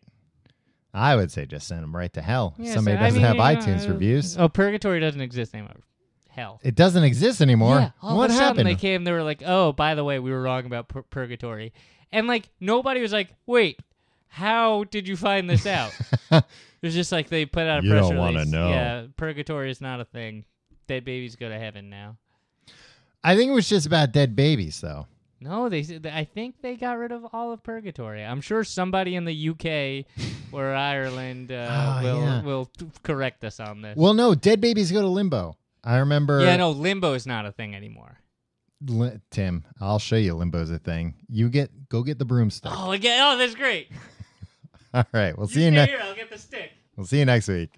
A: I would say just send them right to hell. If
B: Yeah,
A: somebody
B: so, I
A: doesn't
B: mean,
A: have
B: you know,
A: iTunes
B: uh,
A: reviews.
B: Oh, purgatory doesn't exist anymore. Hell.
A: It doesn't exist anymore.
B: Yeah, all
A: what
B: of a sudden
A: happened?
B: they came. They were like, "Oh, by the way, we were wrong about pur- purgatory," and like nobody was like, "Wait, how did you find this out?" it was just like they put out a
A: You
B: press
A: don't wanna
B: release.
A: know.
B: Yeah, purgatory is not a thing. Dead babies go to heaven now.
A: I think it was just about dead babies, though.
B: No, they. said- I think they got rid of all of purgatory. I'm sure somebody in the UK or Ireland uh,
A: Oh,
B: will
A: yeah.
B: will t- correct us on this.
A: Well, er no, dead babies go to limbo. I remember.
B: yeah, no, limbo is not a thing anymore.
A: Li- Tim, I'll show you limbo's a thing. You get go get the broomstick.
B: Oh, again. Oh, that's great.
A: All right, we'll
B: You
A: see you
B: stay
A: next.
B: here. I'll get the stick.
A: We'll see you next week.